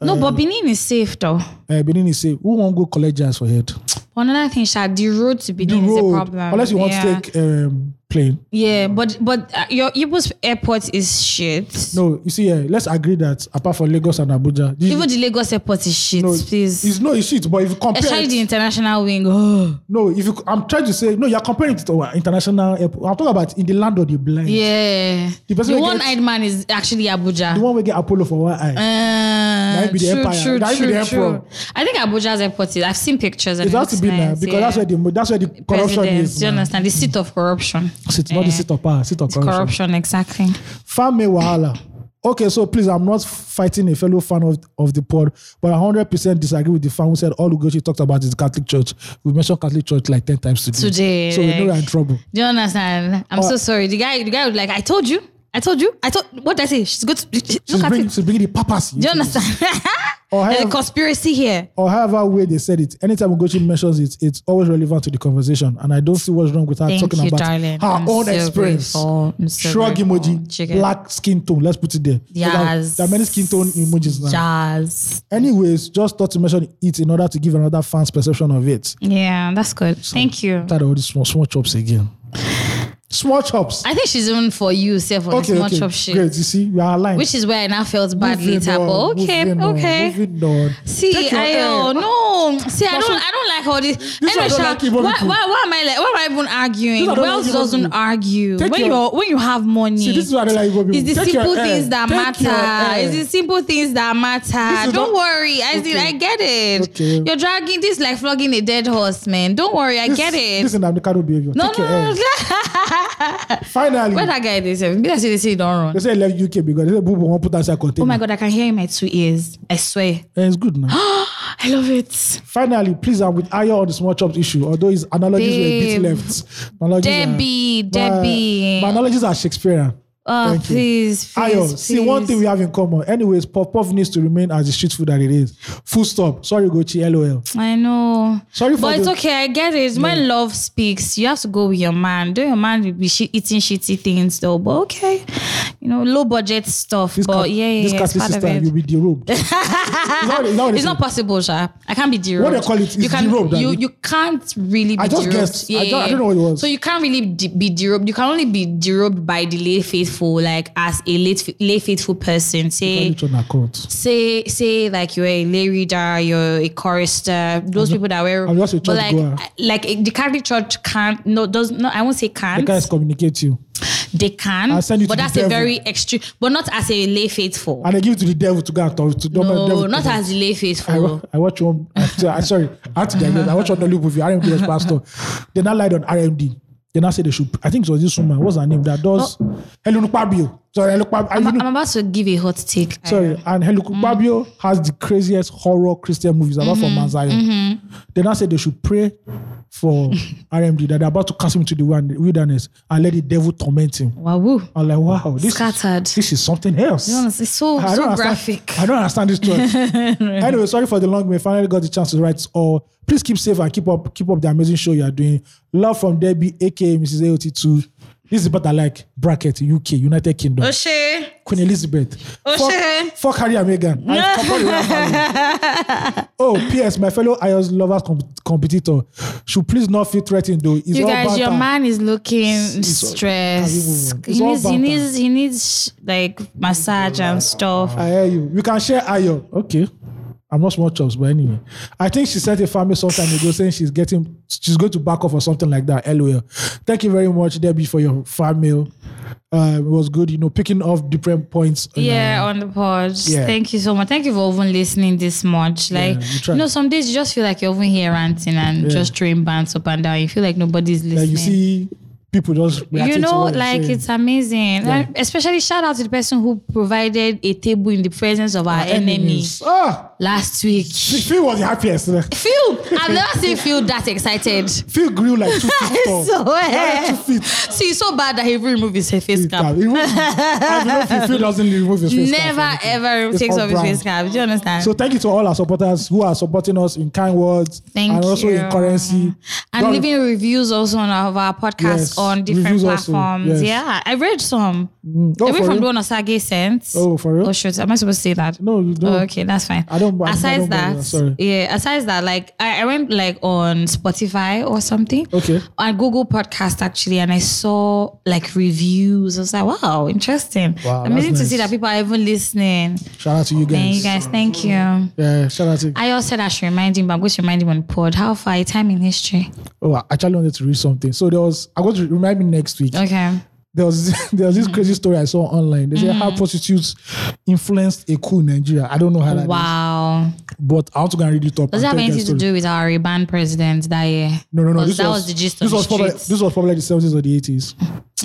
S1: no,
S2: Um,
S1: but Benin is safe though.
S2: uh, Benin is safe, who won't go collect jazz for head?
S1: Another thing, Shad, the road to
S2: The
S1: Benin is a
S2: road,
S1: problem.
S2: unless you want
S1: Yeah.
S2: to take um, plane.
S1: Yeah, but but uh, your Igbo's airport is shit.
S2: No, you see, uh, let's agree that apart from Lagos and Abuja, this-
S1: Even the Lagos airport is shit,
S2: no,
S1: please.
S2: It's no it's shit, but if you compare,
S1: Especially
S2: it-
S1: the international wing. Oh.
S2: no, if you, I'm trying to say, no, you're comparing it to our international airport. I'm talking about in the land of the blind.
S1: Yeah. The,
S2: The person that gets-
S1: one-eyed man is actually Abuja.
S2: The one we get Apollo for one eye.
S1: Uh,
S2: That be the
S1: true,
S2: empire.
S1: true,
S2: That be
S1: true,
S2: the emperor.
S1: true. I think Abuja's airport is. I've seen pictures. And
S2: It has to
S1: looks
S2: be now
S1: nice,
S2: because
S1: yeah.
S2: that's where the mo- that's where the corruption
S1: Presidents,
S2: is.
S1: Do you
S2: now.
S1: understand? The seat of corruption.
S2: Sit, not the
S1: Eh,
S2: seat of power, seat of
S1: it's corruption.
S2: corruption.
S1: exactly.
S2: Fan me wahala. Okay, so please, I'm not fighting a fellow fan of, of the pod, but I 100% disagree with the fan who said all Ugochi talked about is Catholic Church. We mentioned Catholic Church like 10 times today.
S1: Today,
S2: So we know
S1: like-
S2: we're in trouble.
S1: Do you understand? I'm
S2: Uh,
S1: so sorry. The guy, the guy was like, I told you. I told you. I told. What did I say? She's good. To,
S2: She's,
S1: look at
S2: bringing, Oh,
S1: it.
S2: she's bringing the papacy.
S1: Do you understand?
S2: Or
S1: There's a
S2: however,
S1: conspiracy here.
S2: or however way they said it, anytime Ugochi mentions it, it's always relevant to the conversation. And I don't see what's wrong with her
S1: Thank
S2: talking
S1: you,
S2: about
S1: darling.
S2: her
S1: I'm
S2: own
S1: so
S2: experience.
S1: grateful. I'm so
S2: Shrug
S1: grateful.
S2: emoji,
S1: Chicken.
S2: black skin tone. Let's put it there. So there are-
S1: Yes.
S2: There are many skin tone emojis now.
S1: Jazz.
S2: Anyways, just thought to mention it in order to give another fan's perception of it.
S1: Yeah, that's good. Thank you.
S2: Tired of all these small, small chops again. Small chops.
S1: I think she's even for you, say for this
S2: okay,
S1: much
S2: okay.
S1: of shit.
S2: Great. You see, we are aligned.
S1: Which is where I now felt bad
S2: Moving
S1: later.
S2: on,
S1: But okay,
S2: moving on,
S1: okay.
S2: moving on.
S1: See,
S2: Take your
S1: I oh,
S2: L.
S1: no, See, I
S2: That's
S1: don't,
S2: what-
S1: I don't like all this.
S2: This
S1: Anyway,
S2: I don't
S1: Sha,
S2: like Igbo
S1: why,
S2: people.
S1: why, why am I like? Why am I even arguing?
S2: This I don't
S1: Wealth
S2: like Igbo
S1: doesn't
S2: people.
S1: argue.
S2: Take
S1: when
S2: your-
S1: you when you have money,
S2: See, this is what I don't like Igbo people.
S1: it's the
S2: Take your
S1: simple
S2: air.
S1: things that
S2: Take your
S1: matter.
S2: air.
S1: It's the simple things that
S2: This
S1: matter.
S2: is
S1: Don't
S2: not-
S1: worry, I see,
S2: Okay.
S1: I get it.
S2: Okay.
S1: You're dragging this is like flogging a dead horse, man. Don't worry, I
S2: This-
S1: get it.
S2: This is an avocado behavior.
S1: no,
S2: Take
S1: no,
S2: your air.
S1: no, no.
S2: Finally,
S1: Where that guy is? Because they say he don't run.
S2: they say he left UK because they say Bubu won't put outside container.
S1: Oh my god, I can hear in my two ears. I swear,
S2: Eh, it's good now.
S1: I love it.
S2: Finally, please, I'm with Ayo on the small chops issue, although his analogies
S1: Babe.
S2: were a bit left. Analogies are-
S1: Debbie,
S2: my-
S1: Debbie.
S2: My, analogies are Shakespearean.
S1: Oh,
S2: Thank you.
S1: please, please,
S2: Ayo,
S1: please.
S2: see one thing we have in common. Anyways, Puff Puff needs to remain as the street food that it is. Full stop. Sorry, Gochi. LOL.
S1: I know.
S2: Sorry for
S1: but it's
S2: the-
S1: okay. I get it. When love speaks, you have to go with your man. Though your man will be shi- eating shitty things though, but okay, you know, low budget stuff. but
S2: cat-
S1: yeah, yeah,
S2: this
S1: yeah, it's
S2: Catholic
S1: part of
S2: sister,
S1: it.
S2: you'll be derobed. Is that what- is that what they
S1: It's
S2: say?
S1: not possible, Sha. I can't be
S2: What
S1: derobed.
S2: they call it is
S1: you can
S2: derobed,
S1: you
S2: Abby.
S1: you can't really. Be
S2: I just
S1: derobed.
S2: guessed. I don't- I don't know what it was.
S1: So you can't really de- be derobed. You can only be derobed by the lay faithful, like as a late lay faithful person. Say
S2: Call it on our court.
S1: say say like you're a lay reader, you're a chorister, those people that wear.
S2: I'm just a
S1: but
S2: church
S1: like
S2: goer.
S1: like eh, the Catholic Church can't no does no I won't say
S2: They
S1: can't
S2: can't excommunicate you.
S1: they can
S2: I'll send you
S1: but
S2: to the
S1: that's a
S2: devil.
S1: very extreme but not as a lay faithful.
S2: And they give it to the devil to go and talk to
S1: no,
S2: devil.
S1: not as a lay
S2: I, wa-
S1: faithful.
S2: I watch one. I, I- sorry, I had to digress. I watch one Nollywood movie. RMD was pastor. They now lied on RMD. They now say they should. I think it was this woman. What's her name? That does. Helen Ukpabio. Sorry, Helen Ukpabio. I- you
S1: Oh. I'm,
S2: know-
S1: I'm about to give a Mm. hot take.
S2: Sorry, and Helen Ukpabio has the craziest horror Christian movies apart
S1: Mm-hmm.
S2: from Mount Zion. They now say they should pray for RMD that they're about to cast him into the wan- wilderness and let the devil torment him.
S1: Wahoo.
S2: I'm like, wow, this
S1: Scattered.
S2: Is, this is something else.
S1: Honestly, It's Oh, so
S2: I don't
S1: so
S2: understand-
S1: graphic.
S2: I don't understand this choice. anyway, sorry for the long. We finally got the chance to write. Or please keep safe and keep up, keep up the amazing show you are doing. Love from Debbie, aka Mrs. AOT2. This is but I like bracket UK United
S1: Oh,
S2: Kingdom
S1: Oshay.
S2: Queen Elizabeth.
S1: Oh, Oshe.
S2: Fuck, fuck Harry and Meghan. I support the royal family. oh, P.S. My fellow IOS lovers com- competitor should please not feel threatened though. It's
S1: You
S2: all
S1: guys, your
S2: banter.
S1: man is looking
S2: it's all-
S1: stressed.
S2: Can we move on?
S1: He needs,
S2: It's all
S1: he
S2: banter.
S1: needs, he needs like massage and stuff.
S2: I hear you. You can share Ayo. Okay. I'm not small chops, but anyway. I think she sent a family some time ago saying she's getting she's going to back off or something like that. LOL. Thank you very much, Debbie, for your fan mail. Uh, it was good, you know, picking off different points. on,
S1: Yeah,
S2: uh,
S1: on the pod.
S2: Yeah.
S1: Thank you so much. Thank you for even listening this much. Like,
S2: you
S1: you,
S2: try.
S1: know, some days you just feel like you're even here ranting and just throwing bands up and down. You feel like nobody's listening.
S2: like you see people just reacting
S1: You
S2: to
S1: know,
S2: what you're
S1: like
S2: saying.
S1: it's amazing. And especially shout out to the person who provided a table in the presence of our, enemy
S2: Ah,
S1: last week.
S2: Phil was the happiest. eh?
S1: Phil, I've never seen Phil that excited.
S2: Phil grew like two feet
S1: I
S2: tall.
S1: swear.
S2: Two feet.
S1: See, it's so bad that he even removed his face
S2: He
S1: cap.
S2: removed- I know Phil, Phil doesn't remove his face eh? cap.
S1: Never ever
S2: It's
S1: takes
S2: all
S1: off his
S2: brown.
S1: face cap. Do you understand?
S2: So thank you to all our supporters who are supporting us in kind words
S1: Thank
S2: and also
S1: you.
S2: in currency.
S1: and
S2: Don't-
S1: leaving reviews also on our, of our podcast
S2: Yes,
S1: on different
S2: reviews also,
S1: platforms.
S2: yes.
S1: Yeah, I read some.
S2: Oh,
S1: I read
S2: for
S1: from
S2: real?
S1: the one Osage sent.
S2: Oh, for real?
S1: Oh, shoot. Am I supposed to say that?
S2: No, you don't.
S1: Oh, okay, that's fine.
S2: I don't- I- I
S1: Aside
S2: don't bother,
S1: that,
S2: sorry.
S1: yeah. Aside that, like I, I went like on Spotify or something.
S2: Okay.
S1: On Google Podcast actually, and I saw like reviews. I was like, wow, interesting.
S2: Wow, that's
S1: Amazing to
S2: nice.
S1: see that people are even listening.
S2: Shout out to you
S1: Thank
S2: guys.
S1: you guys. Thank you.
S2: Yeah, shout out to
S1: I also said I should remind him, but I'm going to remind him on the pod. How far? Time in history.
S2: Oh, I actually wanted to read something. So there was I'm going to remind me next week.
S1: Okay.
S2: There was there was this crazy story I saw online. They say how
S1: Mm-hmm.
S2: prostitutes influenced a coup in Nigeria. I don't know how that is,
S1: Wow.
S2: but I want to go and read it up.
S1: Does
S2: and
S1: that have
S2: tell you guys
S1: anything to
S2: story.
S1: do with our Reban president that year?
S2: No, no, no.
S1: Because
S2: This
S1: that was,
S2: was,
S1: the gist
S2: this
S1: of
S2: was
S1: the
S2: probably
S1: streets.
S2: this was probably the 70s or the 80s.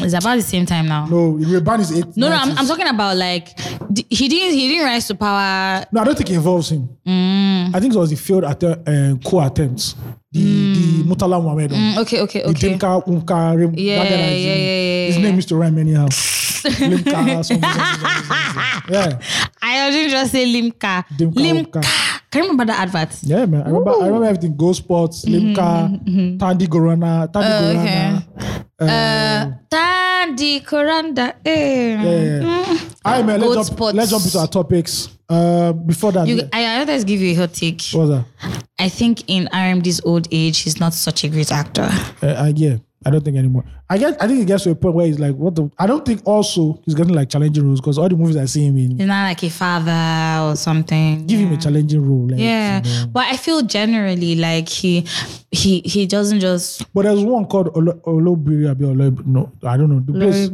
S1: It's about the same time now. No,
S2: No, Reban is 80s.
S1: no, I'm, I'm talking about like d- he didn't he didn't rise to power.
S2: No, I don't think it involves him.
S1: Mm.
S2: I think it was the failed attempt, uh, coup attempt. The, the Mutala Mohammed. one.
S1: Mm, Okay, Mm. okay,
S2: The
S1: okay.
S2: Dimka, Umka, Rim,
S1: Yeah,
S2: that guy that is
S1: yeah,
S2: in-
S1: yeah, yeah,
S2: His
S1: yeah.
S2: name used to rhyme anyhow. Limka, something, something, something, something. Yeah,
S1: I didn't just say Limka.
S2: Dimka,
S1: Limka.
S2: Umka.
S1: Can you remember the advert?
S2: yeah, man. I remember, I remember everything. Go Sports,
S1: Mm-hmm,
S2: Limka, Tandi Gorana, Tandi
S1: Oh,
S2: Gorana.
S1: Uh, Tandi Koranda. Eh.
S2: Yeah. All right, man.
S1: Goat
S2: Let's jump,
S1: Sports.
S2: let's jump into our topics. Uh, before that,
S1: You, I, I always give you a hot take.
S2: what was that?
S1: I think in RMD's old age, he's not such a great actor.
S2: Uh, uh, yeah, I don't think anymore. I get. I think it gets to a point where he's like, what the? I don't think also he's getting like challenging roles because all the movies I see him in
S1: He's not like a father or something.
S2: give him a challenging role. Like,
S1: yeah, but I feel generally like he he he doesn't just
S2: But there's one called Olo- Olobiri Abi Oloib. No, I don't know the place.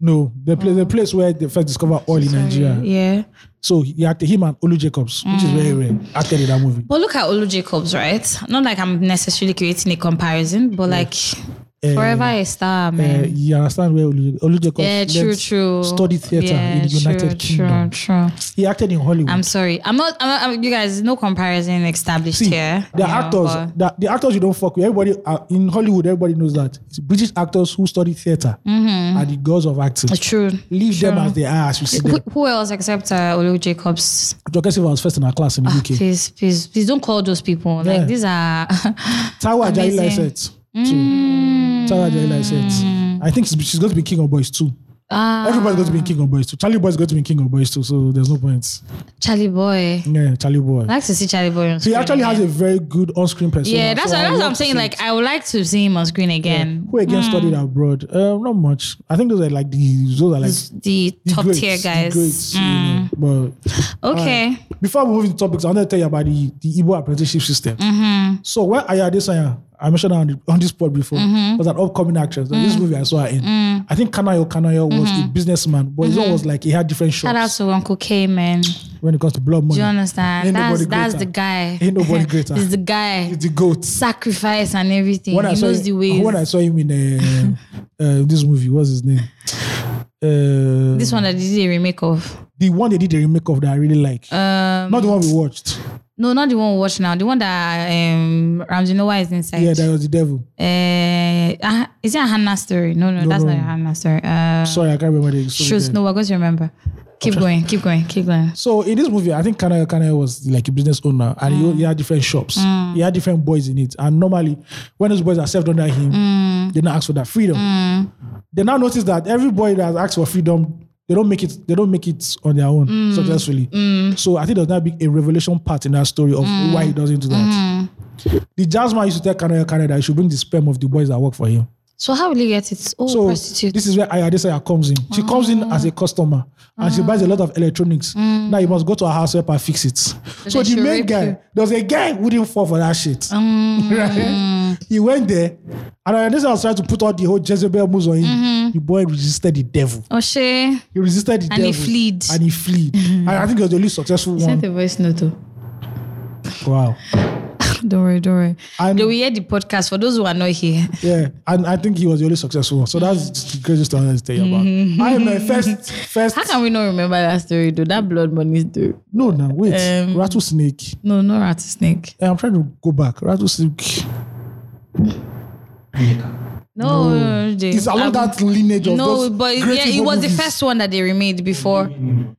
S2: No, the place.
S1: Oh.
S2: The place where they first discovered oil in Nigeria.
S1: yeah.
S2: So he acted him and Olu Jacobs, which is very
S1: Mm.
S2: rare. Acted in that movie.
S1: But look at Olu Jacobs, right? Not like I'm necessarily creating a comparison, but like
S2: Eh,
S1: forever a star, man.
S2: Uh, you understand where Olu, Olu Jacobs
S1: Yeah, true,
S2: learnt-
S1: true.
S2: studied theater in the United
S1: true,
S2: Kingdom.
S1: True, true.
S2: He acted in Hollywood.
S1: I'm sorry. I'm not. I'm, not- I'm, you guys, no comparison established
S2: See,
S1: here.
S2: the
S1: you know,
S2: actors,
S1: but-
S2: the, the actors you don't fuck with. Everybody uh, in Hollywood, everybody knows that it's British actors who study theater are the gods of acting.
S1: Mm-hmm. True.
S2: Leave them as they are, as you see
S1: Who,
S2: them.
S1: who else except uh, Olu Jacobs?
S2: Joker Silva was first in our class
S1: Ah,
S2: in the UK.
S1: Please, please, please don't call those people.
S2: Yeah.
S1: Like these are.
S2: Tawa Ajayi
S1: Amazing.
S2: Lycett. Mm. Tawa Ajayi Lycett. I think she's she's going to be King of Boys too.
S1: ah,
S2: Everybody's going to be King of Boys too. Charlie Boy is going to be King of Boys too, so there's no point.
S1: Charlie Boy.
S2: Yeah, Charlie Boy.
S1: I like to see Charlie Boy on
S2: He
S1: screen.
S2: actually has a very good on-screen persona.
S1: yeah, that's,
S2: so
S1: what,
S2: I
S1: that's what
S2: love
S1: I'm
S2: to
S1: saying.
S2: see
S1: Like, mm.
S2: it.
S1: I would like to see him on screen again.
S2: who again studied abroad? Um, not much. I think those are like the those are
S1: The
S2: like the
S1: top
S2: greats,
S1: tier
S2: the
S1: guys. Mm.
S2: greats, you know. But
S1: Okay.
S2: Alright. Before we move into topics, I want to tell you about the, the Igbo apprenticeship system.
S1: Mm-hmm.
S2: So when Ayadesanya, I mentioned her on, the, on this pod before,
S1: Mm-hmm.
S2: was an upcoming actress. And
S1: Mm.
S2: This movie I saw her in. I think Kanayo Kanayo was a businessman, but his own was like he had different
S1: Mm-hmm. Shout out
S2: shots
S1: to Uncle K, man. Do
S2: when it comes to blood money.
S1: you understand?
S2: Ain't
S1: that's
S2: nobody
S1: that's the
S2: greater.
S1: guy.
S2: Ain't nobody greater.
S1: He's the guy.
S2: He's the goat.
S1: Sacrifice and everything.
S2: When
S1: he
S2: I saw
S1: knows the
S2: him,
S1: ways.
S2: when I saw him in uh, uh, this movie, what's his name? Uh,
S1: this one that they did a remake of.
S2: the one they did the remake of that I really like.
S1: Um,
S2: Not the one we watched.
S1: no, not the one we watch now. The one that um, Ramsey Noah is inside.
S2: Yeah, that was the devil.
S1: Uh, ah, is it a Hannah story? No, no,
S2: No,
S1: that's
S2: no.
S1: not a Hannah story. Uh,
S2: Sorry, I can't remember the story
S1: shoot,
S2: there.
S1: no, we're going to remember. Keep going, keep going, keep going.
S2: So in this movie, I think Kanaya Kanaya was like a business owner, and he, he had different shops. He had different boys in it, and normally when those boys are served under him, they now ask for that freedom. They now notice that every boy that asks for freedom, they don't make it. They don't make it on their own successfully. So I think there's now be a revelation part in that story of why he doesn't do that. The jazz man used to tell Kanaya Kanaya that he should bring the sperm of the boys that work for him.
S1: So, how will you get it? Oh,
S2: So
S1: prostitute.
S2: this is where Ayadesaya comes in. She comes in as a customer and she buys a lot of electronics. Now you must go to her house help her fix it. so
S1: Mm. then
S2: the
S1: she'll
S2: main
S1: rape
S2: guy,
S1: you. Mm.
S2: there was a guy who didn't fall for that shit. right? He went there and Ayadesaya was trying to put all the whole Jezebel moves on him. The boy resisted the devil.
S1: oh, she
S2: He resisted the
S1: Mm-hmm. And
S2: devil.
S1: he fled. Mm-hmm.
S2: And he fled. and I think he was the only successful
S1: sent
S2: one.
S1: a voice note. oh.
S2: Wow.
S1: Don't worry, don't worry.
S2: And-
S1: They will hear the podcast for those who are not here.
S2: Yeah, and I think he was the only successful one. So that's the greatest story I can tell you about. I am my first, first.
S1: Mm-hmm. How can we not remember that story though? That blood money story.
S2: No, no, wait.
S1: Um,
S2: Rattlesnake.
S1: No, no rattlesnake.
S2: Eh, I'm trying to go back. Rattlesnake.
S1: No, no, no, no, Jay.
S2: It's along
S1: Um,
S2: that lineage of
S1: No,
S2: those
S1: but
S2: great
S1: yeah, it
S2: Igbo
S1: was the
S2: movies. Mm-hmm.
S1: first one that they remade before. Living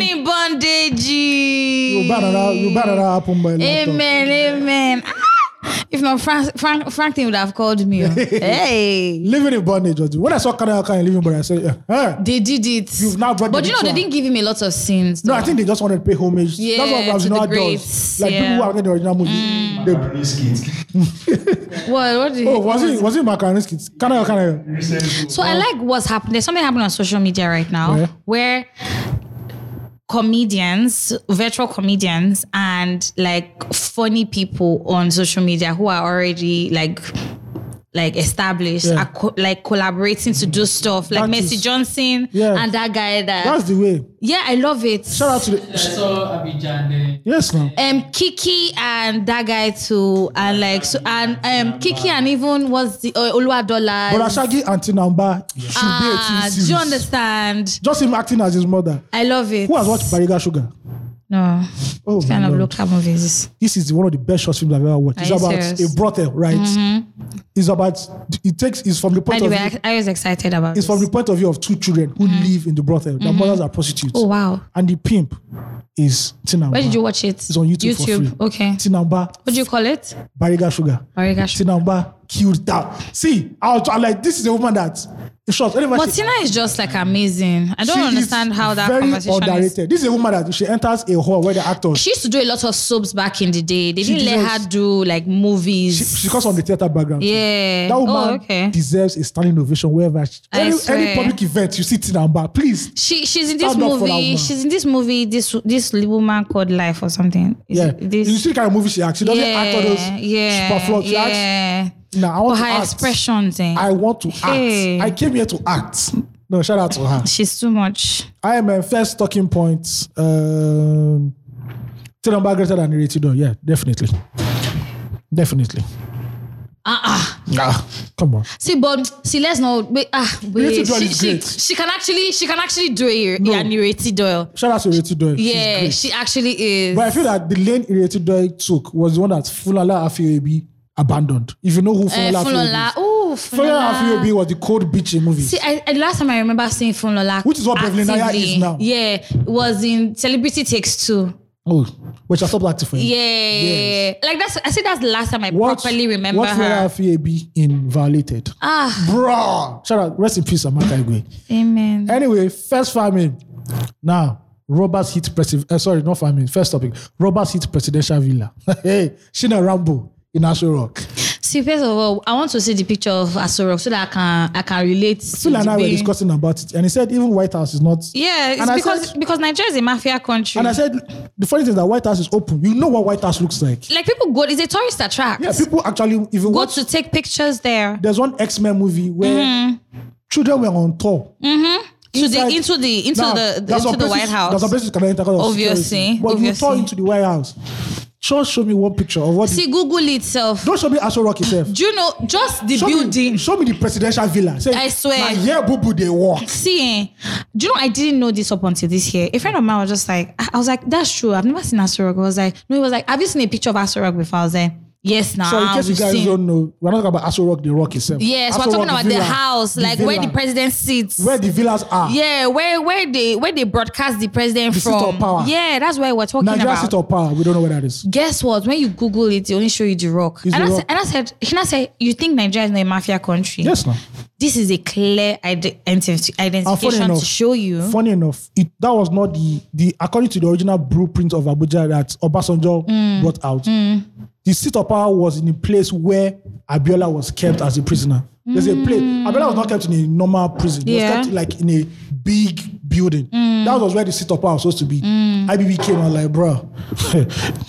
S1: in bondage.
S2: You better not- you better not happen by laptop.
S1: Amen, amen. Ah! If not, Frank, Frank, Franklin would have called me. oh. hey.
S2: Living in bondage. was- When I saw Kanaya Kanye living in bondage, I said, eh, eh.
S1: They did it.
S2: You've now brought
S1: but you
S2: them
S1: know, they
S2: into
S1: didn't give him a lot of sins.
S2: No,
S1: though.
S2: I think they just wanted to pay homage. That's what
S1: Yeah,
S2: Ramsey
S1: to the
S2: Noah does.
S1: greats,
S2: Like people who
S1: yeah. Mm.
S2: are in the original movie. They,
S3: Macaroni's kids.
S1: What, what did
S2: oh, was it was it Macaroni's kids? Kanaya Kanye.
S3: Recent-
S1: So I like what's happening. There's something happening on social media right now
S2: Yeah.
S1: where comedians, virtual comedians, and like funny people on social media who are already like like established
S2: Yeah.
S1: are co- like collaborating to do stuff like
S2: That
S1: Mercy
S2: is-
S1: Johnson
S2: Yeah.
S1: and that guy that
S2: That's the way.
S1: yeah I love it
S2: Shout out to
S4: I
S2: the
S4: saw Abidjan then.
S2: Yes now.
S1: um Kiki and that guy too and like so and um Kiki and even was the uh, Olua Dollar
S2: But Ashagi and Tinamba should be a TV
S1: Ah, do
S2: series.
S1: you understand
S2: Just him acting as his mother.
S1: I love it
S2: Who has watched Bariga Sugar?
S1: No.
S2: Oh,
S1: Kind
S2: my
S1: of
S2: Lord.
S1: local movies.
S2: this is one of the best short films I've ever watched.
S1: Are
S2: It's
S1: you
S2: about
S1: serious? Mm-hmm.
S2: a brothel, right? It's about it takes it's from the point
S1: Anyway,
S2: of view,
S1: I, I was excited about this.
S2: it's from the point of view of two children who live in the brothel. Their mothers are prostitutes.
S1: Mm-hmm. Oh, wow.
S2: And the pimp is Tinamba.
S1: Where did you watch it?
S2: It's on YouTube, for free.
S1: Okay.
S2: Tinamba,
S1: What do you call it?
S2: Bariga Sugar.
S1: Bariga Sugar.
S2: Tinamba killed down. See, I was I'm like, this is a woman that In short, anyway,
S1: But Tina is just like amazing. I don't understand how that
S2: very
S1: conversation is.
S2: underrated. This is a woman that she enters a hall where the actors.
S1: She used to do a lot of soaps back in the day. They
S2: She
S1: didn't let
S2: deserves-
S1: her do like movies.
S2: She, she comes from the theater background. too.
S1: Yeah.
S2: That woman
S1: Oh, okay.
S2: deserves a standing ovation wherever. She,
S1: I
S2: any, any
S1: swear.
S2: public event, you see Tina Amber. Please.
S1: She she's in this
S2: Stand up for that
S1: movie.
S2: woman.
S1: She's in this movie. This this little man called Life or something. Is
S2: Yeah.
S1: it this?
S2: You see the kind of movie she acts. She doesn't
S1: yeah,
S2: act all those
S1: yeah,
S2: superfluous. She acts.
S1: yeah.
S2: Nah, I
S1: But
S2: want
S1: her
S2: to act.
S1: expressions, eh?
S2: I want to act.
S1: Hey.
S2: I came here to act. No, shout out to her.
S1: she's too much.
S2: I am a first talking point. Um, Tinamba greater than Iritido. Yeah, definitely. Definitely.
S1: Uh-uh.
S2: Ah, come on.
S1: See, but see, let's not wait. Ah, wait.
S2: Doyle
S1: She,
S2: is
S1: she,
S2: great.
S1: she can actually she can actually do it.
S2: No.
S1: Yeah, Nireti Doyle.
S2: Shout out to Iritido.
S1: Yeah, she actually is.
S2: But I feel that the lane Iritido took was the one that Fulala Afiobi abandoned. If you know who
S1: Uh,
S2: Fulala Afiobi
S1: Funlola.
S2: is.
S1: Ooh,
S2: Fulala Afiobi
S1: Funlola.
S2: was the cold bitch in movies.
S1: Oh, See, I, I, last time I remember seeing Funlola.
S2: Which is what Beverly Naya
S1: actively,
S2: is now.
S1: Yeah, was in Celebrity Takes Two.
S2: oh, which I stopped acting for you.
S1: Yeah, like that's. I said that's the last time I
S2: What,
S1: properly remember
S2: what
S1: her.
S2: Fulala Afiobi in Violated?
S1: Ah,
S2: Bruh. Shout out. Rest in peace, Amaka Igwe.
S1: amen.
S2: Anyway, first famine. Now, Roberts hit president. Uh, sorry, not famine. First topic. Roberts hit presidential villa. hey, Shina Rambo in Astro Rock.
S1: See, first of all, I want to see the picture of Asorok so that I can I can relate. to
S2: Phil and
S1: the
S2: I were
S1: way-
S2: discussing about it, and he said even White House is not.
S1: Yeah, it's
S2: And I
S1: because
S2: said-
S1: because Nigeria is a mafia country.
S2: And I said the funny thing is that White House is open. You know what White House looks like.
S1: like people go, it's a tourist attract.
S2: Yeah, people actually
S1: go
S2: even watch.
S1: to take pictures there
S2: there's one X Men movie where children were on tour.
S1: to the
S2: inside-
S1: Mm-hmm. into the into
S2: Now,
S1: the
S2: there's some
S1: into the
S2: places-
S1: White House.
S2: There's some places you cannot enter because of
S1: Obviously,
S2: security. But you
S1: obviously.
S2: tour into the White House. Just show me one picture of what. the-
S1: See, Google itself.
S2: don't show me Astro Rock itself.
S1: Do you know just the
S2: show
S1: building?
S2: Me, show me the presidential villa. Say,
S1: I swear.
S2: Now, yeah, boo boo, they walk.
S1: See, eh, do you know I didn't know this up until this year. A friend of mine was just like, I I was like, that's true. I've never seen Aso Rock. I was like, no, he was like, have you seen a picture of Aso Rock before? I was like, yes, now
S2: So, in
S1: nah,
S2: case you
S1: we've
S2: guys
S1: seen.
S2: don't know, we're not talking about Aso Rock, the rock itself.
S1: Yes,
S2: Aso
S1: we're talking
S2: Rock,
S1: about the,
S2: villa,
S1: house,
S2: the
S1: like where the
S2: villa,
S1: president sits.
S2: Where the villas are.
S1: yeah, where where they where they broadcast the president
S2: The seat
S1: from.
S2: of power.
S1: Yeah, that's where we're talking
S2: Nigeria
S1: about.
S2: sit of power. We don't know where that is.
S1: guess what? When you Google it, they only show you the rock.
S2: It's
S1: And, I
S2: The Rock.
S1: said, and I said, and I said, you think Nigeria is not a mafia country?
S2: Yes, now.
S1: This is a clear ide- identif-
S2: And funny
S1: identification
S2: enough,
S1: to show you.
S2: Funny enough, it, that was not the the according to the original blueprint of Abuja that Obasanjo
S1: Mm.
S2: brought out. The seat of power was in a place where Abiola was kept as a prisoner. There's a place. Abiola was not kept in a normal prison.
S1: Mm.
S2: He
S1: Yeah. Mm.
S2: was kept like in a big building. That was where the seat of power was supposed to be. IBB came and like, bro,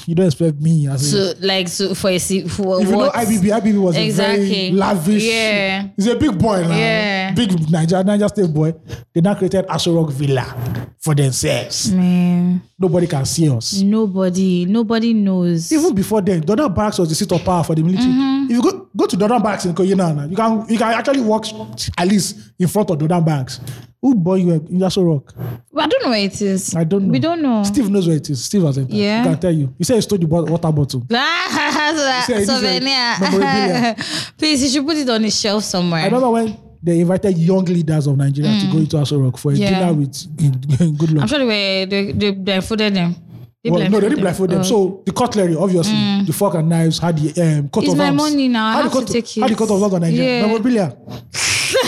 S2: you don't expect me as a
S1: So like so for a se- for
S2: if you know
S1: what?
S2: IBB, IBB was a
S1: Exactly.
S2: very lavish.
S1: Yeah.
S2: He's a big boy now.
S1: Yeah.
S2: Big Niger, Niger State boy. They now created Aso Rock Villa for themselves.
S1: Man,
S2: Nobody can see us.
S1: nobody, nobody knows.
S2: Even before then, Donald Barracks was the seat of power for the military.
S1: Mm-hmm.
S2: If you go, go to Donald Barracks in Koyena, now, you can you can actually walk at least in front of Donald Barracks. Who boy you are in Aso Rock?
S1: Well, I don't know where it is.
S2: I don't know.
S1: We don't know.
S2: Steve knows where it is. Steve has entered.
S1: Yeah.
S2: He can tell you. He said he stole the bot- water bottle.
S1: Ah,
S2: He said this is a
S1: souvenir.
S2: memorabilia.
S1: Please, you should put it on a shelf somewhere.
S2: I remember when they invited young leaders of Nigeria to go into Aso Rock for a
S1: Mm. Yeah.
S2: dinner with in, good luck.
S1: I'm sure they were they, they blindfolded them. They
S2: Well, no, they didn't blindfold them.
S1: Oh. Mm.
S2: So the cutlery, obviously, the fork and knives had the um, coat
S1: It's
S2: of
S1: my
S2: arms.
S1: money now. I
S2: Had
S1: have
S2: the
S1: to
S2: coat,
S1: take
S2: Had the
S1: it.
S2: coat of arms on Nigeria.
S1: Yeah.
S2: Memorabilia.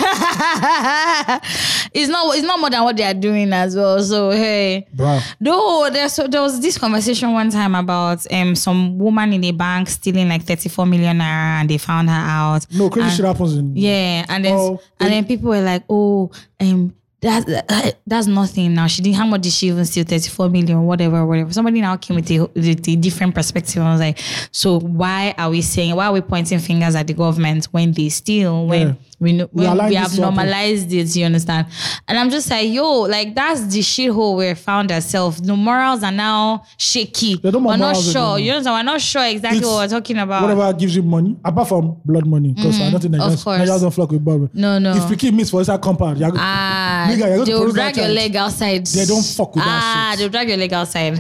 S1: it's not it's not more than what they are doing as well. So hey.
S2: Bruh.
S1: Though there's so there was this conversation one time about um some woman in a bank stealing like 34 million naira and they found her out.
S2: No, crazy
S1: And-
S2: shit happens in.
S1: Ah. Yeah, and then
S2: Oh,
S1: and then people were like, oh, um, that, that's nothing now. She didn't. How much did she even steal? Thirty four million, whatever, whatever. Somebody now came with a, with a different perspective. I was like, so why are we saying? Why are we pointing fingers at the government when they steal? When
S2: Yeah.
S1: we know
S2: We
S1: when we
S2: allow this
S1: have
S2: to happen.
S1: normalized it, you understand? And I'm just like, yo, like that's the shithole we found ourselves. The morals are now shaky.
S2: They don't
S1: We're not
S2: moralize
S1: sure.
S2: anymore.
S1: You understand? We're not sure exactly
S2: It's
S1: what we're talking about. Mm,
S2: Whatever gives you money, apart from blood money, because I don't think Nigerians,
S1: course.
S2: Nigerians don't flock with blood.
S1: No, no.
S2: If Pikin meets for that compound, you're,
S1: Ah,
S2: nigga, you're going to
S1: they will
S2: produce
S1: drag
S2: that
S1: your
S2: child.
S1: leg outside.
S2: They don't fuck with that
S1: Ah,
S2: shit.
S1: they'll drag your leg outside.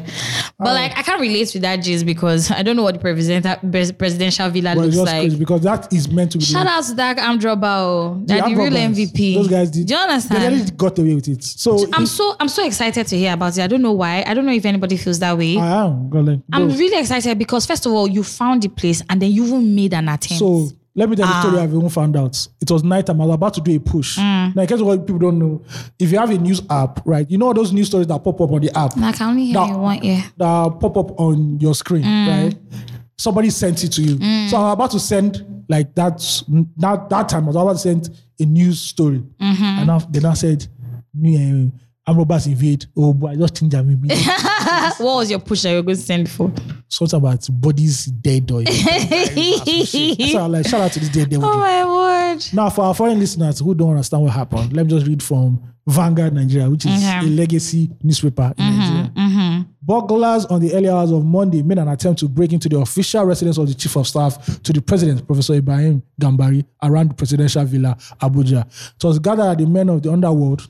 S1: But like, I can't relate with that jizz because I don't know what the president, pres- presidential villa
S2: Well,
S1: looks
S2: it's just
S1: like.
S2: crazy because that is meant to be. the-
S1: Shout out to that Amdroba,
S2: the
S1: that the real
S2: Afrobeats.
S1: MVP.
S2: Those guys did.
S1: Do you
S2: They
S1: understand?
S2: really got away with it. So
S1: I'm so I'm so excited to hear about it. I don't know why. I don't know if anybody feels that way.
S2: I am. gonna-
S1: I'm
S2: go.
S1: really excited because first of all, you found the place and then you even made an attempt.
S2: So let me tell the
S1: Ah.
S2: story I've even found out. It was night time. I was about to do a push.
S1: Mm.
S2: Now, in case of what people don't know, if you have a news app, right, you know all those news stories that pop up on the app,
S1: I can only hear
S2: Now-
S1: you one ear.
S2: that pop up on your screen,
S1: Mm.
S2: right? Somebody sent it to you. So I'm about to send like that. That that time I was about to send a news story,
S1: Mm-hmm.
S2: and I, then I said, "New I'm Roberts invade." Oh, boy, I just think that maybe
S1: What was your push that you were going to send before?
S2: something about bodies dead or. so
S1: oh
S2: I'm like, shout out to this dead devil.
S1: my word.
S2: Now, for our foreign listeners who don't understand what happened, let me just read from Vanguard Nigeria, which is
S1: Okay.
S2: a legacy newspaper in Nigeria. Burglars on the early hours of Monday made an attempt to break into the official residence of the chief of staff to the president, Professor Ibrahim Gambari, around the presidential villa, Abuja. It was gathered that the men of the underworld.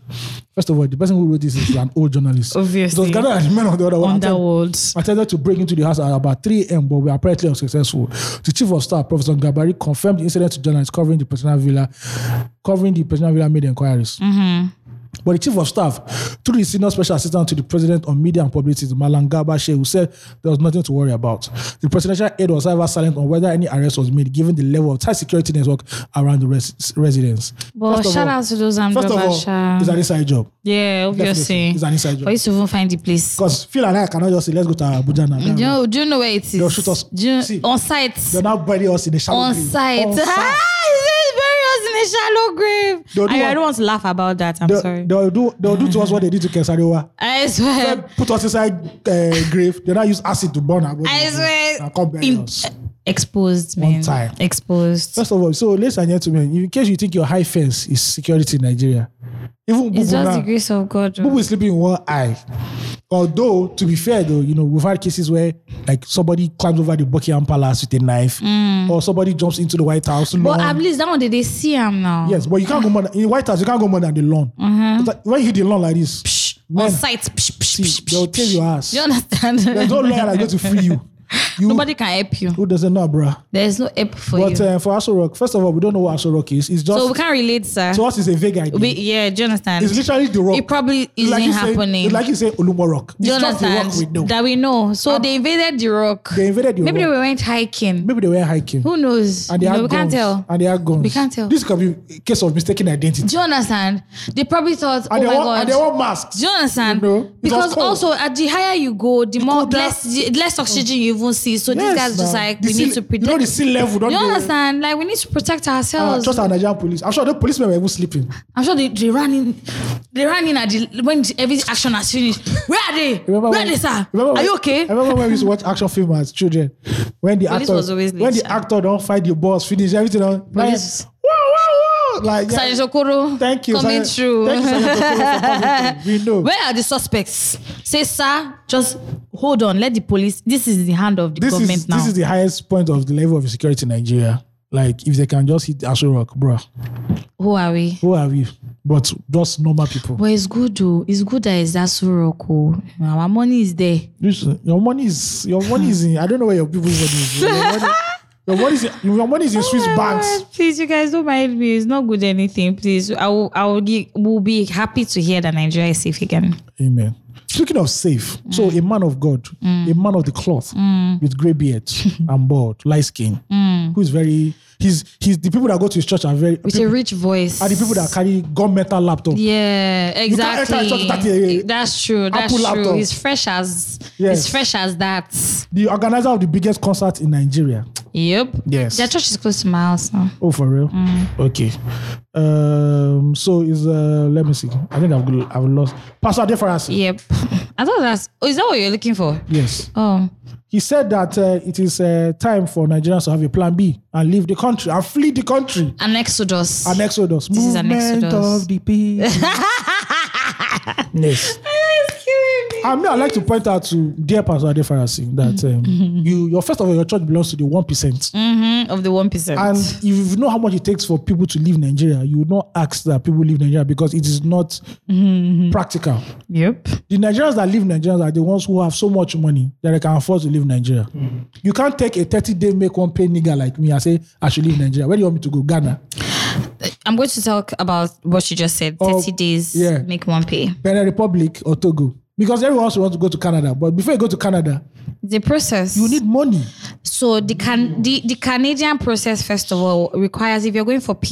S2: First of all, the person who wrote this is an old journalist. It
S1: Obviously.
S2: was gathered that the men of the underworld. attempted-
S1: Underworld.
S2: attempted to break into the house at about 3 a.m., but were apparently unsuccessful. The chief of staff, Professor Gabari, confirmed the incident to journalists covering the personal villa, covering the personal villa made inquiries. But the chief of staff, through the senior special assistant to the president on media and publicity, Malang Garba Shehu, who said there was nothing to worry about. The presidential aide was however silent on whether any arrest was made, given the level of tight security network around the res- residence.
S1: Well,
S2: First of
S1: shout
S2: all-
S1: out to those armed
S2: First of all,
S1: robbers.
S2: it's
S1: sha.
S2: an inside job.
S1: Yeah, obviously.
S2: Definitely. It's an inside job.
S1: For you to even find the place.
S2: Because Phil and I cannot just say, let's go to Abuja now.
S1: Do you, know, do you know where it is?
S2: They'll shoot us.
S1: Do you-
S2: See.
S1: on site.
S2: They're now burying us in a shallow
S1: On
S2: grave.
S1: site.
S2: On site.
S1: Ah, he says bury us in a
S2: They'll
S1: shallow
S2: do
S1: grave. I, I
S2: what-
S1: don't want to laugh about that. I'm
S2: They'll-
S1: sorry.
S2: They'll do they'll do to us what they did to Kesarewa.
S1: I swear.
S2: Put us inside uh, grave. They now use acid to burn our body.
S1: I
S2: And
S1: swear.
S2: come bury
S1: In-
S2: us.
S1: exposed, man.
S2: time.
S1: Exposed.
S2: First of all, so ladies and gentlemen, in case you think your high fence is security in Nigeria, even Bubu
S1: it's just the
S2: now,
S1: grace of God. oh.
S2: Bubu is sleeping in one eye. Although, to be fair though, you know, we've had cases where like somebody climbs over the Buckingham Palace with a knife, or somebody jumps into the White House.
S1: Mm. But
S2: lawn.
S1: at least that one, they, they see him now.
S2: yes, but you can't go more than, in the White House, you can't go more than the lawn.
S1: Mm-hmm.
S2: It's like, when you hit the lawn like this,
S1: On
S2: man,
S1: site. Psh, psh,
S2: see,
S1: psh,
S2: they'll
S1: psh,
S2: tear
S1: psh.
S2: your ass.
S1: Do you understand?
S2: There's no lawyer that's going to free you. You
S1: Nobody can help you.
S2: who doesn't know, bruh.
S1: There's no help for
S2: But
S1: you.
S2: uh, for Aso Rock, first of all, we don't know what Aso Rock is. It's just
S1: so we can't relate, sir.
S2: to us, it's a vague idea.
S1: we, yeah, do you understand?
S2: it's literally the rock.
S1: it probably
S2: It's
S1: isn't
S2: you say-
S1: happening.
S2: it's like you say, Olumo Rock.
S1: do you
S2: It's just the
S1: understand?
S2: rock we know. Ah.
S1: That we know. So they invaded the rock.
S2: They invaded the
S1: Maybe
S2: rock.
S1: they went hiking.
S2: Maybe they were hiking.
S1: Who knows?
S2: And they
S1: You
S2: had
S1: know, we can't
S2: guns.
S1: tell.
S2: And they had guns.
S1: We can't tell.
S2: This could be a case of mistaken identity.
S1: Do you understand? They probably thought,
S2: and,
S1: oh
S2: they
S1: my
S2: wore,
S1: god.
S2: and they wore masks.
S1: Do you understand?
S2: You know, it was
S1: because
S2: cold.
S1: also at the higher you go, the more
S2: colder-
S1: less less oxygen you even see. So these
S2: Yes,
S1: guys just
S2: now.
S1: like
S2: The
S1: we
S2: sea-
S1: need to protect.
S2: You know the sea level. Don't
S1: you
S2: they?
S1: understand? Like we need to protect
S2: Uh,
S1: ourselves.
S2: just our Nigerian police. I'm sure the policemen were even sleeping.
S1: I'm sure they, they ran in. They ran in at the when the- every action has finished. Where are they? Where
S2: Remember when-
S1: are they, sir?
S2: remember
S1: are
S2: when-
S1: you okay?
S2: I remember when we used to watch action film as children. When the
S1: Police
S2: actor,
S1: was always late,
S2: when the
S1: sha.
S2: actor don't fight the boss, finish everything. On, like,
S1: Police-
S2: whoa, whoa, whoa! Like, yeah,
S1: Sergeant Okoro,
S2: thank you,
S1: coming
S2: Sergeant-
S1: through.
S2: Thank you, Sergeant Okoro, for coming through. We know.
S1: Where are the suspects? Say, sir, just hold on. Let the police. This is the hand of the
S2: this
S1: government
S2: is
S1: now.
S2: this is the highest point of the level of security in Nigeria. Like, if they can just hit Aso Rock, bro,
S1: Who are we?
S2: who are we? But just normal people.
S1: But it's good though. It's good that it's that Suroko. Our money is there.
S2: Listen, your money is your money is in. I don't know where your people's money is. Your money, your money is in, your money is in
S1: Oh
S2: Swiss banks.
S1: Please, you guys don't mind me. It's not good anything. Please, I will. I will. gi- Will be happy to hear that Nigeria is safe again.
S2: Amen. Speaking of safe, so
S1: Mm.
S2: a man of God, a man of the cloth, with grey beard and bald, light skin, who is very he's he's the people that go to his church are very
S1: With Mm. a rich voice.
S2: are the people that carry gunmetal laptop.
S1: Yeah,
S2: can't enter
S1: exactly.
S2: and talk that, eh,
S1: That's true. That's
S2: Apple
S1: true.
S2: laptop.
S1: It's fresh as.
S2: Yes.
S1: It's fresh as that.
S2: The organizer of the biggest concert in Nigeria.
S1: Yep.
S2: Yes.
S1: Their church is close to my house now.
S2: Oh, for real?
S1: Mm.
S2: Okay. Um. So is uh. Let me see. I think I've gl- I've lost Pastor Deferas.
S1: Yep. I thought that's. Oh, is that what you're looking for?
S2: Yes.
S1: Oh.
S2: He said that uh, it is uh, time for Nigerians to have a plan B and leave the country and flee the country.
S1: An exodus.
S2: An exodus.
S1: This is an
S2: Movement
S1: exodus.
S2: of the people. yes.
S1: It's killing me.
S2: I mean, I'd like to point out to dear Pastor Ade Farasi that um, you, your first of all, your church belongs to the one percent,
S1: Mm, of the one percent.
S2: and if you know how much it takes for people to leave Nigeria, you would not ask that people leave Nigeria because it is not practical.
S1: Yep.
S2: The Nigerians that leave Nigeria are the ones who have so much money that they can afford to leave Nigeria. You can't take a thirty-day make one pay nigga like me and say I should leave Nigeria. Where do you want me to go? Ghana,
S1: I'm going to talk about what you just said.
S2: Oh,
S1: 30 days,
S2: yeah.
S1: make one pay.
S2: Benin Republic, or Togo? Because everyone also wants to go to Canada, but before you go to Canada,
S1: The process.
S2: you need money.
S1: So the can the, the Canadian process first of all requires if you're going for PR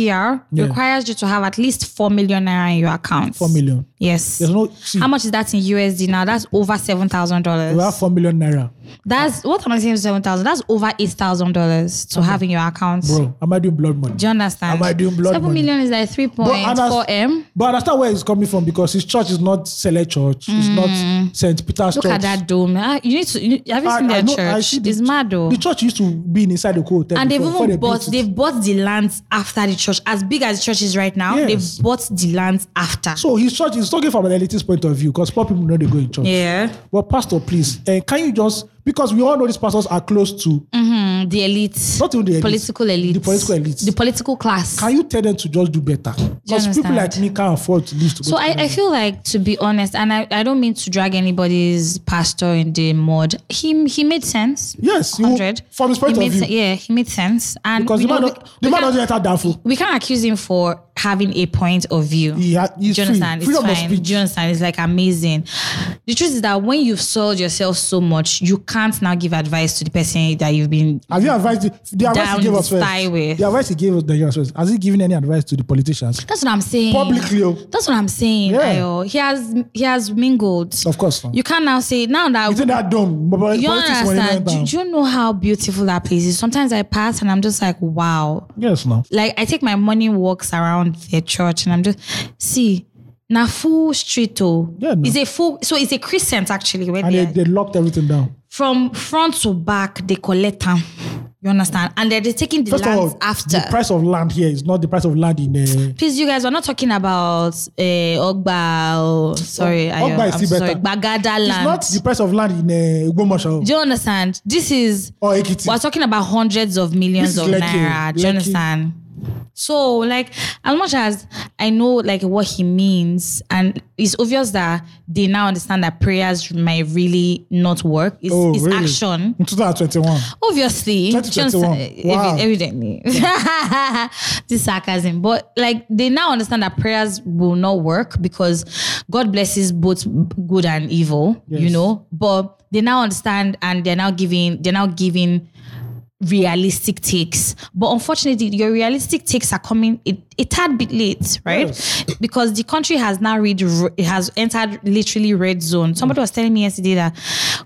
S2: Yeah.
S1: requires you to have at least four million naira in your account.
S2: Four million.
S1: Yes.
S2: There's no. See,
S1: How much is that in USD now? That's over seven thousand
S2: Hmm. We have
S1: dollars.
S2: four million naira,
S1: That's what am I saying? Seven thousand. That's over eight thousand dollars to have in your account.
S2: bro. Am I doing blood money?
S1: Do you understand?
S2: Am I doing blood
S1: Seven
S2: money?
S1: million is like three
S2: But
S1: point four
S2: underst-
S1: m.
S2: But I understand where it's coming from because his church is not Select Church. It's not St. Peter's
S1: Mm. Look
S2: Church.
S1: at that dome. Ah, You need to. You, have you
S2: I-
S1: seen
S2: I
S1: their
S2: know- I
S1: church?
S2: see the-
S1: it's mad though.
S2: The church used to be inside the hotel.
S1: and they've
S2: before- before
S1: even
S2: they
S1: bought
S2: built it.
S1: they've bought the lands after the church as big as the church is right now
S2: Yes.
S1: they've bought the lands after
S2: So his church is talking from an elitist point of view because poor people know they go in church.
S1: yeah
S2: But pastor, please, eh, can you just because we all know these pastors are close to
S1: Mm, the elite
S2: Not even the elite.
S1: political elite
S2: The political elite.
S1: the political class
S2: can you tell them to just do better? Because people
S1: understand?
S2: like me can't afford to live to go
S1: so
S2: to
S1: I, I
S2: Canada.
S1: feel like to be honest and I, I don't mean to drag anybody's pastor in the mud he he made sense
S2: Yes, you-
S1: 100
S2: from his point
S1: he
S2: of
S1: made
S2: view.
S1: se- yeah he made sense and
S2: because
S1: we
S2: the man,
S1: know-
S2: don't-
S1: we-
S2: the
S1: we
S2: man
S1: can't-
S2: doesn't enter Darfur.
S1: we can't accuse him for having a point of view.
S2: He ha- he's
S1: Do you
S2: free.
S1: understand?
S2: Freedom of
S1: it's fine.
S2: speech.
S1: Do you understand? It's like amazing. The truth is that when you've sold yourself so much, you can't now give advice to the person that you've been.
S2: Have you advised the, the advice
S1: Down
S2: he gave
S1: the
S2: us first?
S1: thigh with.
S2: The advice he gave us Nigerians first. Has he given any advice to the politicians?
S1: That's what I'm saying.
S2: Publicly, oh.
S1: That's what I'm saying.
S2: Yeah.
S1: Ayo. He has he has mingled.
S2: Of course.
S1: You can now say now that
S2: Isn't that dumb? But
S1: you
S2: politics when
S1: understand. Do,
S2: enter.
S1: do you know how beautiful that place is? Sometimes I pass and I'm just like, wow.
S2: Yes, now.
S1: like I take my morning walks around the church and I'm just see na full street oh
S2: Yeah, no.
S1: it's a full so it's a crescent actually where
S2: And
S1: they,
S2: they,
S1: are.
S2: they locked everything down.
S1: from front to back they collect them you understand and then they're taking the
S2: First of
S1: lands
S2: all,
S1: after
S2: the price of land here is not the price of land in uh,
S1: please you guys we're not talking about uh, Ogba oh, sorry I,
S2: Ogba is
S1: I'm
S2: still
S1: sorry
S2: better.
S1: Bagada
S2: It's
S1: land
S2: not the price of land in uh, Ogbomoso
S1: do you understand this is
S2: or Oh, Ekiti.
S1: We're talking about hundreds of
S2: This
S1: millions
S2: is
S1: of
S2: Lekki.
S1: naira. Do you
S2: Lekki.
S1: understand? So, like, as much as I know, like, what he means, and it's obvious that they now understand that prayers might really not work. It's,
S2: Oh,
S1: it's
S2: really?
S1: action.
S2: In 2021.
S1: Obviously, do you understand?
S2: 2021. Wow.
S1: Evi- evidently, this sarcasm. But like, they now understand that prayers will not work because God blesses both good and evil. You
S2: Yes.
S1: know, but they now understand, and they're now giving. They're now giving realistic takes. But unfortunately, your realistic takes are coming a, a tad bit late, right?
S2: Yes.
S1: Because the country has now read it has entered literally red zone. Somebody was telling me yesterday that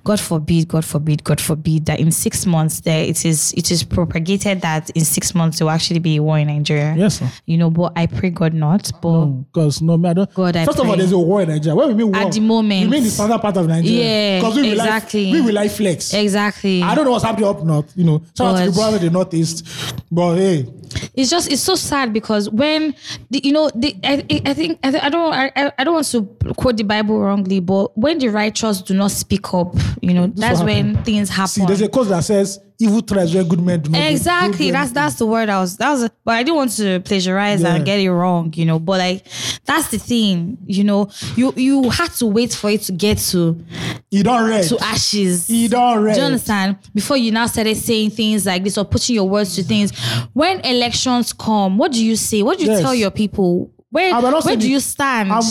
S1: God forbid, God forbid, God forbid that in six months there it is it is propagated that in six months there will actually be a war in Nigeria.
S2: Yes, sir.
S1: You know, but I pray God not. But
S2: Because no, me, I don't.
S1: God, I
S2: First of all,
S1: pray.
S2: there's a war in Nigeria. When we mean war,
S1: At the moment.
S2: you mean the southern part of Nigeria?
S1: Yeah,
S2: because we rely-
S1: exactly.
S2: we will like flex.
S1: exactly.
S2: I don't know what's happening up north. You know, shout out to the
S1: But-
S2: brother in the northeast. But hey,
S1: it's just it's so sad because when the, you know the I, I- I think I, I don't I, I- I don't want to quote the Bible wrongly, but when the righteous do not speak up, you know that's
S2: will happen.
S1: when things happen.
S2: see, there's a cause that says evil thrives where good men do not. do- do-
S1: Exactly.
S2: do-
S1: That's that's the word I was. That was. But I didn't want to plagiarize
S2: Yeah.
S1: and get it wrong, you know. But like, that's the thing, you know. You you had to wait for it to get to
S2: He don't read. Ah,
S1: to ashes.
S2: He don't read.
S1: Do you understand? Before you now started saying things like this or putting your words to things, when elections come, what do you say? What do you
S2: Yes.
S1: tell your people? Where
S2: I will not
S1: where
S2: say
S1: do
S2: the-
S1: you stand?
S2: I'm,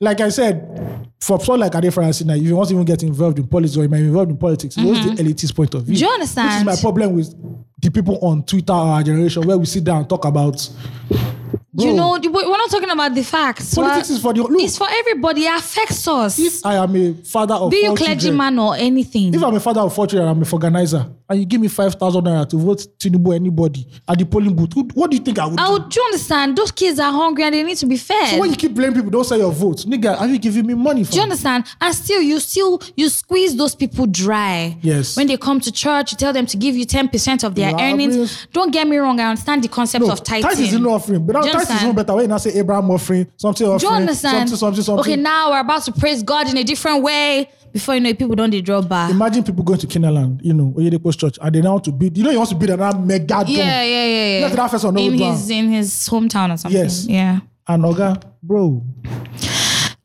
S2: like I said, for someone like Ade Francina, if you want to even get involved in politics or you might be involved in politics, it was the elitist point of view.
S1: Mm-hmm. Do you understand?
S2: Which is my problem with the people on Twitter or our generation where we sit down and talk about.
S1: you
S2: Bro,
S1: know, the- we're not talking about the facts.
S2: Politics
S1: We're-
S2: is for the- look.
S1: It's for everybody. It affects us.
S2: if I am a father of
S1: Be you
S2: four children,
S1: clergyman or anything.
S2: if I'm a father of four children, I'm a organizer, and you give me 5,000 naira to vote Tinubu anybody at the polling booth, who- what do you think I would
S1: I
S2: do?
S1: would, do you understand? Those kids are hungry and they need to be fed.
S2: So when you keep blaming people, don't say your vote. Nigga, are you giving me money for
S1: do you understand? And still, you still you squeeze those people dry.
S2: Yes.
S1: When they come to church, you tell them to give you ten percent of their
S2: Lavish.
S1: earnings. Don't get me wrong. I understand the concept
S2: No,
S1: of tithing.
S2: tithe is no offering, but now
S1: Do you
S2: tithe is no
S1: understand?
S2: better. When you now say Abraham offering, something
S1: Do you
S2: offering,
S1: understand?
S2: something, something, something.
S1: Okay, now we're about to praise God in a different way. Before you know, it, people don't they drop back.
S2: Imagine people going to Kinaland, you know, Oyedepo's church, and they now want to build, you know, he wants to build another mega dome.
S1: Yeah, yeah, yeah,
S2: Let
S1: yeah.
S2: that person know
S1: in
S2: we do
S1: his in his hometown or something.
S2: Yes.
S1: Yeah.
S2: And Oga, bro,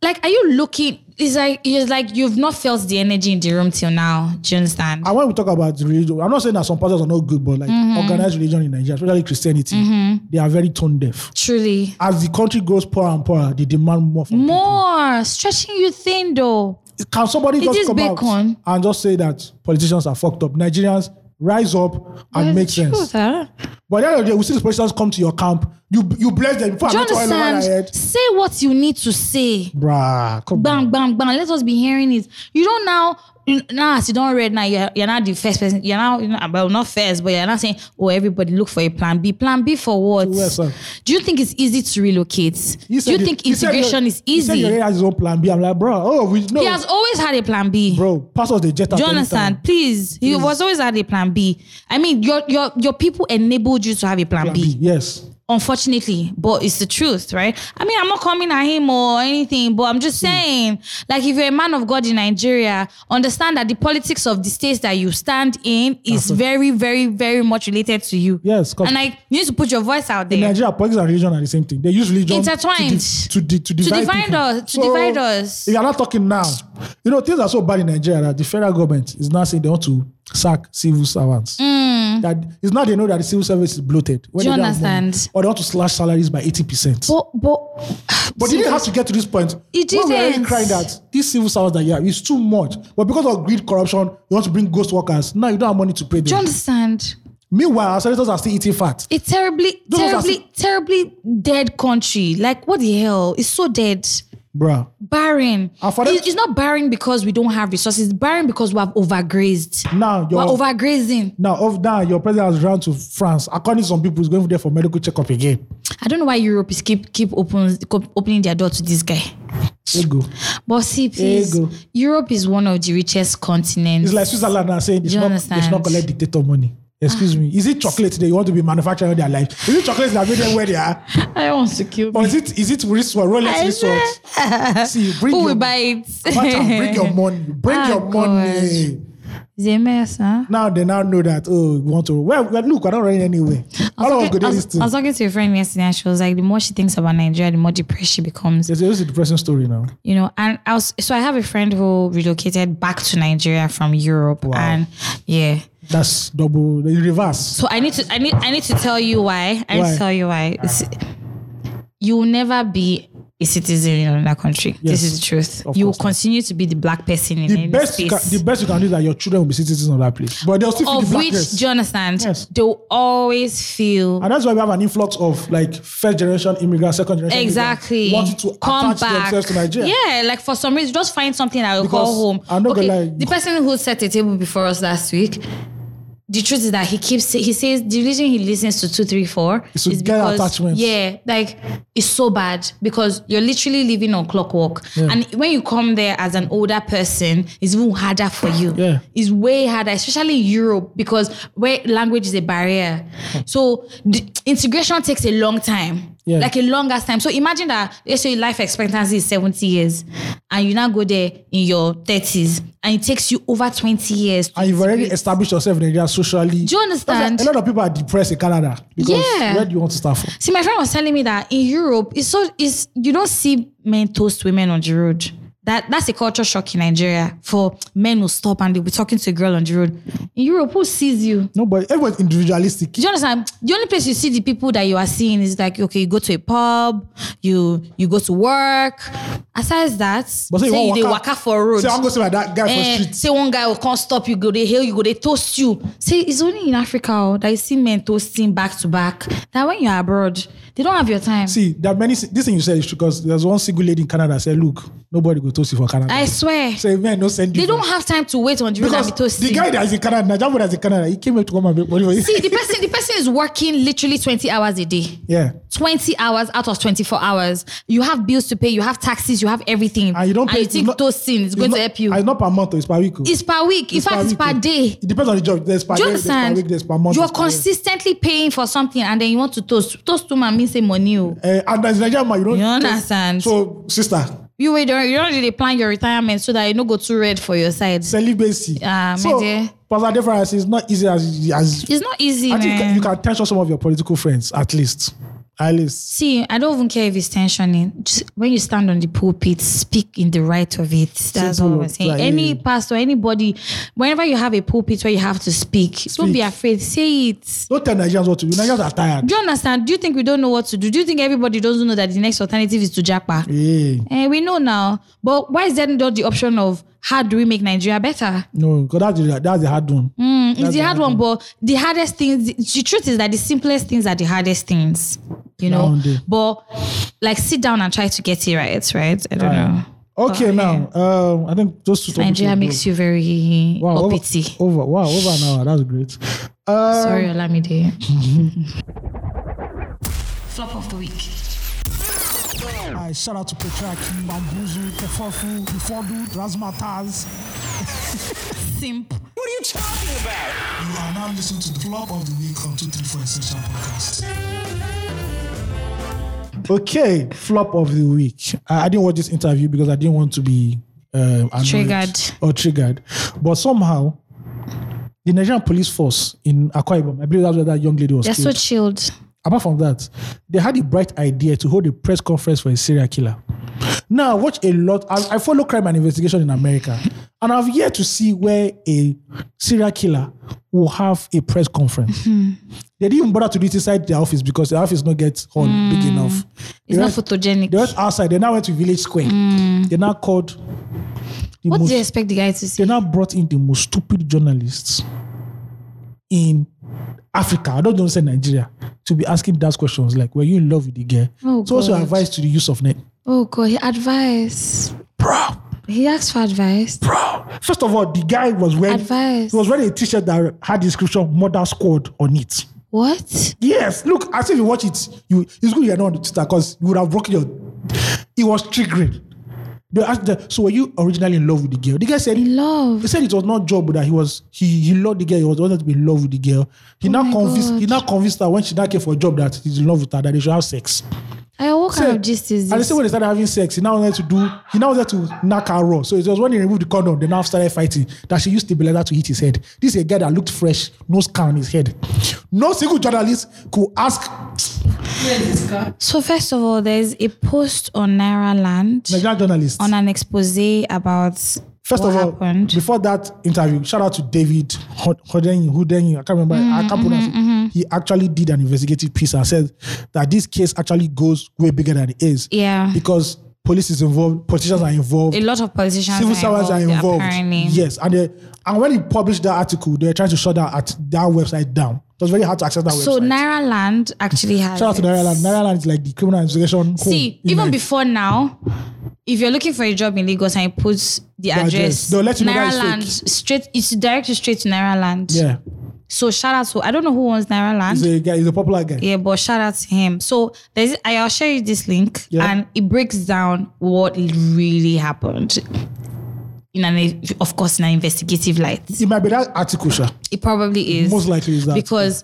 S1: Like, are you looking? It's like it's like you've not felt the energy in the room till now. Do you understand?
S2: and when we talk about religion, I'm not saying that some pastors are not good, but like
S1: Mm-hmm.
S2: organized religion in Nigeria, especially Christianity, they are very tone deaf.
S1: Truly.
S2: As the country grows poorer and poorer, they demand more from people.
S1: More stretching you thin though.
S2: can somebody
S1: It is
S2: just come
S1: bacon.
S2: out and just say that politicians are fucked up? Nigerians rise up and make sense. But at the end of the day, we see these politicians come to your camp. You you bless them. Before I get oil over their
S1: Jonathan,
S2: head.
S1: say what you need to say.
S2: Bruh, come on.
S1: Bang, bang, bang. Let us be hearing it. You don't now. Now, as you don't read now, you're, you're not the first person. You're now, you're not- well, not first, but you're not saying, oh, everybody look for a plan B. Plan B for what?
S2: where, sir?
S1: Do you think it's easy to relocate?
S2: He
S1: Do
S2: said
S1: you
S2: he-
S1: think
S2: he said he-
S1: integration is
S2: He said he
S1: easy?
S2: already has his own plan B. I'm like, bro, oh, we know.
S1: He has always had a plan B.
S2: bro, pass us the jet at any
S1: Jonathan,
S2: time.
S1: please. He was always had a plan B. I mean, your your your people enabled you to have a plan,
S2: Plan
S1: B.
S2: B. Yes.
S1: Unfortunately, but it's the truth, right? I mean, I'm not coming at him or anything, but I'm just
S2: Hmm.
S1: saying, like, if you're a man of God in Nigeria, understand that the politics of the states that you stand in is very, very, very much related to you.
S2: Yes, come.
S1: and like, you need to put your voice out
S2: In
S1: there.
S2: Nigeria, politics and religion are the same thing. They use religion to di-
S1: Intertwined.
S2: to, di- to divide,
S1: divide
S2: people.
S1: us- to divide us.
S2: If you're not talking now, you know things are so bad in Nigeria that the federal government is now saying they want to sack civil servants. That it's not they know that the civil service is bloated. When
S1: Mm. Do you
S2: they don't have money.
S1: understand?
S2: Or they want to slash salaries by eighty percent.
S1: But, but,
S2: But it didn't have to get to this point.
S1: It
S2: When we already
S1: didn't.
S2: crying that these civil servants that you have is too much. But because of greed, corruption, you want to bring ghost workers. Now you don't have money to pay them.
S1: do you understand?
S2: Meanwhile, our senators are still eating fat.
S1: a terribly,
S2: Those ones are
S1: terribly, terribly dead country. Like, what the hell? It's so dead.
S2: Bruh.
S1: Barren.
S2: And for them-
S1: It- it's not barren because we don't have resources. It's barren because we have overgrazed.
S2: Now
S1: We're
S2: you're
S1: overgrazing.
S2: now of that your president has run to France. According to some people, he's going there for medical checkup again.
S1: I don't know why Europe is keep keep opens keep opening their door to this guy.
S2: There you go.
S1: But see, please,
S2: Ego.
S1: Europe is one of the richest continents.
S2: It's like Switzerland now saying it's
S1: You
S2: not it's
S1: understand?
S2: not collect dictator money. Excuse me. Is it chocolate that you want to be manufacturing all their life? Is it chocolate that made them where they are?
S1: I want to kill.
S2: Or is it is it wrist or Rolex
S1: I
S2: resort? See, bring
S1: Who will
S2: your
S1: buy it?
S2: Madam, bring your money. Bring
S1: Ah,
S2: your money.
S1: It's a mess, huh?
S2: Now they now know that oh, we want to. Well, well look, I don't run anywhere.
S1: I was
S2: All of us
S1: talking-
S2: go
S1: I
S2: do
S1: was-
S2: this thing.
S1: I was talking to a friend yesterday, and she was like, "The more she thinks about Nigeria, the more depressed she becomes."
S2: It's a it's a depressing story now.
S1: you know and i was so i have a friend who relocated back to nigeria from europe and yeah
S2: That's double the reverse.
S1: so i need to i need i need to tell you why i need
S2: Why?
S1: to tell you why It's- you will never be a citizen in another country
S2: Yes.
S1: this is the truth
S2: Of
S1: you will
S2: course not.
S1: continue to be the black person in
S2: The
S1: any
S2: best, you
S1: space
S2: can, the best you can do is that your children will be citizens of that place, but they'll still feel the
S1: of which
S2: blackness.
S1: do you understand
S2: Yes.
S1: they'll always feel
S2: and that's why we have an influx of like first generation immigrants, second generation
S1: Exactly.
S2: immigrants wanting to attach themselves to Nigeria.
S1: Yeah, like for some reason, just find something that will
S2: Because
S1: call home.
S2: I'm not gonna lie.
S1: The person who set the table before us last week, the truth is that he keeps say- he says the religion he listens to two three four
S2: It's to get attachments.
S1: Yeah, like it's so bad because you're literally living on clockwork, and when you come there as an older person, it's even harder for you.
S2: Yeah.
S1: it's way harder, especially in Europe because where language is a barrier. So the integration takes a long time.
S2: Yeah.
S1: Like a longest time. So imagine that let's say your life expectancy is 70 years and you now go there in your 30s and it takes you over 20 years. to
S2: And Ah, you've already
S1: integrate.
S2: established yourself in Nigeria socially.
S1: Do you understand?
S2: A lot of people are depressed in Canada because
S1: Yeah.
S2: where do you want to start from?
S1: See, my friend was telling me that in Europe, it's so it's you don't see men toast women on the road. That that's a culture shock in Nigeria for men will stop and they'll be talking to a girl on the road. In Europe, who sees you?
S2: No, but everyone's individualistic.
S1: Do you understand? The only place you see the people that you are seeing is like okay, you go to a pub, you you go to work. Aside that,
S2: But say you
S1: say
S2: want
S1: you dey
S2: waka-
S1: waka for road.
S2: Say, I'm going to see my that guy
S1: Eh,
S2: for street.
S1: say one guy will come stop you, go they hail you, go they toast you. Say it's only in Africa oh, that you see men toasting back to back. That when you're abroad, they don't have your time.
S2: See, there are many. This thing you said is true because there's one single lady in Canada said, "Look, nobody go toast you for Canada."
S1: I swear,
S2: Say, man, no send you.
S1: they don't
S2: for-"
S1: have time to wait on the road and be
S2: because
S1: toasting.
S2: the guy that is in Canada, Nigerian that is in Canada, he came here to come and make money. for you.
S1: see the person, the person is working literally twenty hours a day.
S2: yeah,
S1: 20 hours out of 24 hours. You have bills to pay, you have taxes, you have everything.
S2: and you don't. Pay,
S1: you think
S2: it's not-
S1: those things is
S2: it's
S1: going
S2: not-
S1: to help you.
S2: and It's not per month. It's per week. oh.
S1: it's per week. In fact, it's
S2: week,
S1: per
S2: oh.
S1: day.
S2: It depends on the job. There's per
S1: Do
S2: day,
S1: you
S2: there's per
S1: understand?
S2: week, there's per month.
S1: you are
S2: there's per year.
S1: consistently paying for something and then you want to toast. Toast to man means say money. oh.
S2: Eh, and as a Nigerian man, you don't.
S1: You understand?
S2: So, sister,
S1: You wait, you don't really plan your retirement so that you don't go too red for your side.
S2: celibacy.
S1: Ah, my
S2: so,
S1: dear.
S2: Pastor Deference is not easy as as.
S1: It's not easy,
S2: I
S1: man.
S2: think you can tension some of your political friends at least. Alice.
S1: See, I don't even care if it's tensioning. Just when you stand on the pulpit, speak in the right of it. That's
S2: Simple,
S1: all I'm saying.
S2: like,
S1: Any
S2: yeah.
S1: pastor, anybody, whenever you have a pulpit where you have to speak, don't be
S2: Speak.
S1: afraid. Say it.
S2: Don't tell Nigerians what to do. Nigerians are tired.
S1: Do you understand? Do you think we don't know what to do? Do you think everybody doesn't know that the next alternative is to jackpot?
S2: Hey,
S1: Eh, we know now. But why is there not the option of how do we make Nigeria better?
S2: no, because that's the, that's the hard one.
S1: Mm, it's the hard one, but the hardest things, the, the truth is that the simplest things are the hardest things, you know.
S2: Down there.
S1: But like, sit down and try to get it right, right? I don't know.
S2: Okay, now um, I think those two. topics
S1: Nigeria
S2: will go.
S1: makes you very
S2: wow, Oh, over,
S1: uppity.
S2: over wow over an hour. That's great. Uh,
S1: Sorry, Olamide.
S5: Flop of the week.
S7: I shout out to Petraki, Bambuzu, Kefofu, Ifodu, Razmataz.
S5: Simp.
S7: You are now listening to the flop of the week on 234 Essential Podcast.
S2: okay, flop of the week. I, I didn't watch this interview because I didn't want to be um, annoyed
S1: Triggered.
S2: or triggered, but somehow. The Nigerian police force in Akwa Ibom, I believe that's where that young lady was
S1: They're so
S2: killed.
S1: chilled.
S2: apart from that, they had the bright idea to hold a press conference for a serial killer. Now, I watch a lot. I, I follow crime and investigation in America, and I've yet to see where a serial killer will have a press conference.
S1: Mm-hmm.
S2: They didn't even bother to do it inside the office because the office not get on big enough.
S1: Mm. It's
S2: They
S1: not
S2: went-
S1: photogenic. Mm.
S2: They went outside. They now went to Village Square. They now called. The
S1: What
S2: most,
S1: do you expect the guy to
S2: they
S1: say?
S2: now brought in the most stupid journalists in Africa, I don't, don't say Nigeria, to be asking those questions like, were you in love with the girl?
S1: Oh,
S2: so, what's your
S1: God.
S2: advice to the use of net?
S1: Oh God, he advice.
S2: Bro,
S1: He asked for advice.
S2: bro. First of all, the guy was wearing
S1: Advice.
S2: he was wearing a t-shirt that had the inscription "Murder Squad" on it.
S1: What?
S2: Yes, look, as if you watch it, you it's good you're not on the Twitter because you would have broken your. It was triggering. They asked the, so were you originally in love with the girl? The guy said
S1: In love.
S2: He said it was not job but that he was he he loved the girl. He was wanted to be in love with the girl. He now
S1: Oh my
S2: convinced he
S1: God.
S2: now convinced her when she now came for a job that he's in love with her that they should have sex.
S1: I what kind of gist is
S2: And they
S1: this?
S2: said when they started having sex, he now wanted to do he now wanted to knock her raw. So it was when he removed the condom, they now started fighting that she used stabilizer to hit his head. This is a guy that looked fresh, no scar on his head. No single journalist could ask
S4: Where is this car?
S1: So first of all, there's a post on Naira Land
S2: Nigerian journalist.
S1: on an expose about
S2: First
S1: what
S2: of all,
S1: happened.
S2: before that interview, shout out to David Hoden, Hoden, I can't remember, I
S1: Mm-hmm,
S2: can't pronounce it. He actually did an investigative piece and said that this case actually goes way bigger than it is.
S1: Yeah.
S2: Because police is involved, politicians are involved,
S1: a lot of politicians
S2: civil
S1: are
S2: servants
S1: involved,
S2: are involved.
S1: Apparently,
S2: Yes. And they, and when he published that article, they were trying to shut that at that website down. It was very hard to access that
S1: So
S2: website.
S1: Naira Land actually has.
S2: Shout out to
S1: it.
S2: Naira Land. Naira Land is like the criminal investigation. home
S1: See,
S2: in
S1: even
S2: Nigeria.
S1: before now, if you're looking for a job in Lagos and it puts the,
S2: address,
S1: address,
S2: they'll let you know that
S1: Naira
S2: it's
S1: Land
S2: fake.
S1: straight. It's direct you straight to Naira Land.
S2: Yeah.
S1: So shout out to I don't know who owns Naira Land.
S2: He's a guy, he's a popular guy.
S1: Yeah, but shout out to him. So there's I'll share you this link
S2: Yeah.
S1: and it breaks down what really happened. In an of course in an investigative light.
S2: It might be that article, sure.
S1: It probably is.
S2: Most likely is that.
S1: Because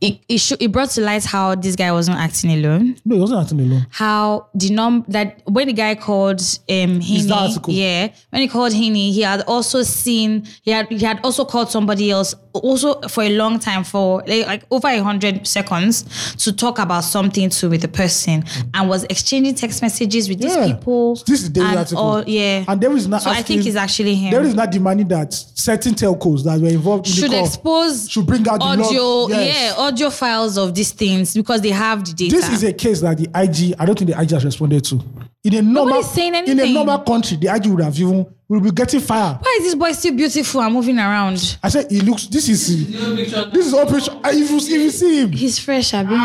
S1: it it, sho- it brought to light how this guy wasn't acting alone.
S2: No, it wasn't acting alone.
S1: How the num that when the guy called um
S2: that
S1: Hini,
S2: article.
S1: yeah, when he called Hini, he had also seen he had he had also called somebody else also for a long time for like, like over a hundred seconds to talk about something to with the person and was exchanging text messages with
S2: Yeah.
S1: these people.
S2: This is David's
S1: and
S2: article.
S1: all- yeah,
S2: And David is not
S1: So I
S2: asking-
S1: think it's actually him.
S2: There is not demanding that certain telcos that were involved in
S1: should
S2: the call
S1: expose
S2: should bring out the log.
S1: audio
S2: Yes.
S1: yeah audio files of these things because they have the data
S2: This is a case that the IG, I don't think the IG has responded to. In a normal,
S1: Nobody's saying
S2: in a
S1: anything.
S2: normal country, the IG would have even will be getting fire.
S1: why is this boy still beautiful and moving around
S2: I said, he looks. This is
S4: No picture.
S2: this is operation. If you, if you see him,
S1: he's fresh abi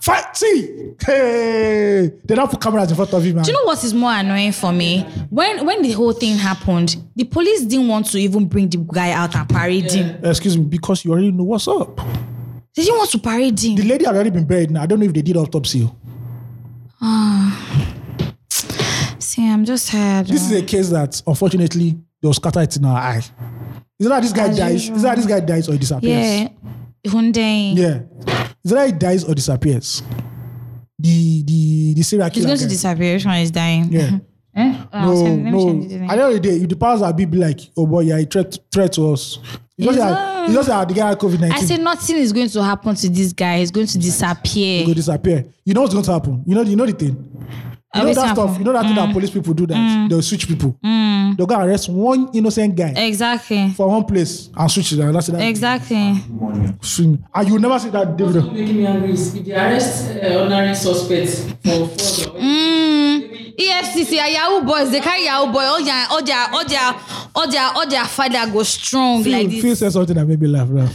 S2: fight. See, hey, they don't put cameras in front of him. Man.
S1: do you know what is more annoying for me when when the whole thing happened the police didn't want to even bring the guy out and parade him
S2: Excuse me, because you already know what's up.
S1: they didn't want to parade him
S2: The lady had already been buried. Now I don't know if they did autopsy.
S1: see i'm just tired uh,
S2: This is a case that unfortunately they'll scatter it in our eye. Is that this guy
S1: As
S2: dies?
S1: usual.
S2: Is that this guy dies or disappears?
S1: yeah Hyundai.
S2: Yeah. Is that he dies or disappears? The the the serial
S1: he's
S2: killer.
S1: going to
S2: guy.
S1: disappear which one is dying
S2: Yeah.
S1: eh? oh, I was
S2: No,
S1: saying, let me
S2: no.
S1: change the
S2: At the
S1: name.
S2: end of the day, if the powers that be be like, oh boy, you're a threat, threat to us, It's
S1: It's
S2: just that it's just that the guy had COVID
S1: I say
S2: nineteen.
S1: nothing is going to happen to this guy. He's going to disappear.
S2: He go disappear. You know what's going to happen. You know you know the thing. You
S1: Uh,
S2: know
S1: wetin
S2: that stuff.
S1: happen?
S2: You know that thing that police people do that
S1: Mm,
S2: they'll switch people. They'll go arrest one innocent guy
S1: Eh. Exactly.
S2: for one place and switch it. And that's it. That's
S1: Exactly.
S2: swing. And you never see that
S4: What's
S2: Davido.
S4: making me angry is if they arrest uh, honorary suspects for fraud or
S1: Mm. EFCC are Yahoo boys. They carry Yahoo boy. All their, all their, all their, all their, all their father go strong
S2: Phil,
S1: like this.
S2: Phil said something that made me laugh. Now.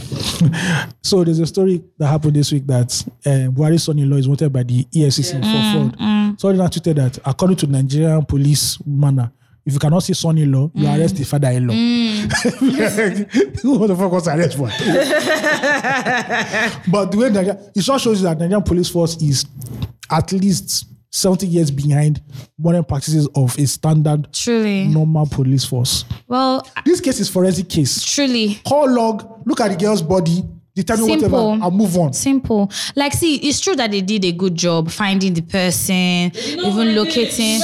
S2: so there's a story that happened this week that um, Buhari's son-in-law is wanted by the E EFCC for fraud. Somebody now tweeted that according to Nigerian police manner, if you cannot see son-in-law, you arrest the father-in-law. Who the fuck was arrest for? but the way Nigeria, it just shows you that Nigerian police force is at least 70 years behind modern practices of a standard
S1: Truly.
S2: normal police force.
S1: Well,
S2: This case is forensic case
S1: truly.
S2: call log, look at the girl's body, determine
S1: Simple.
S2: whatever, and move on.
S1: Simple. Like, see, it's true that they did a good job finding the person, even locating.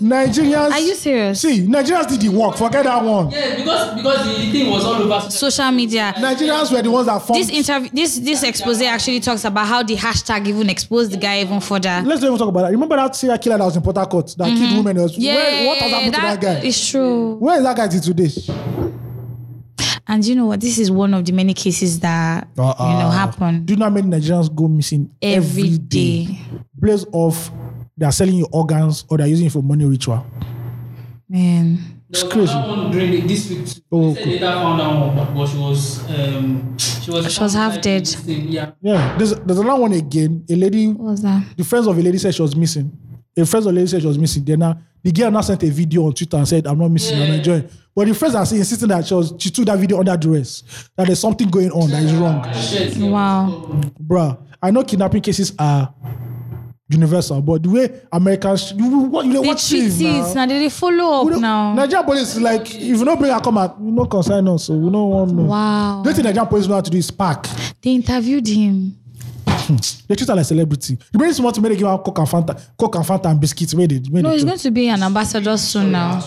S2: Nigerians.
S1: Are you serious?
S2: See, Nigerians did the work. Forget that one.
S4: Yes, because because the thing was all over. So
S1: Social media.
S2: Nigerians were the ones that formed.
S1: This interview, this this expose actually talks about how the hashtag even exposed the guy even further.
S2: Let's not even talk about that. Remember that serial killer that was in Port Harcourt that killed women? Else?
S1: Mm-hmm. Yeah,
S2: Where, what has happened
S1: that,
S2: to that guy?
S1: It's true.
S2: Where is that guy till today?
S1: And you know what? This is one of the many cases that
S2: Uh-uh.
S1: you know happen
S2: Do you know how many Nigerians go missing
S1: every day.
S2: Blaze off. They are selling your organs or they are using it for money ritual.
S1: Man,
S4: there was
S2: crazy.
S4: another one during the, this week. Too.
S2: Oh,
S4: Oh, said later found out, but, but she was um she was
S1: She was half
S4: like
S1: dead.
S4: this thing, Yeah.
S2: Yeah, there's there's another one again. A lady
S1: what was that?
S2: the friends of a lady said she was missing. A friends of a lady said she was missing. Then now the girl now sent a video on Twitter and said, "I'm not missing. I'm not joining." But the friends are still insisting that she was she took that video under duress. That there's something going on that is wrong,
S4: Shit, yeah.
S1: Wow.
S2: bruh. I know kidnapping cases are universal, but the way Americans you will- what you know
S1: They
S2: what
S1: treat it now. They, they follow up now.
S2: Nigerian police like if you don't bring her come out, you no concern us, so we don't want no.
S1: Wow.
S2: The thing Nigerian police know how to do is park.
S1: They interviewed him.
S2: They treat her like celebrity. The very smart to make they give her coke and fanta, coke and fanta and biscuits. Where they where
S1: No,
S2: they
S1: he's
S2: chop.
S1: going to be an ambassador soon now.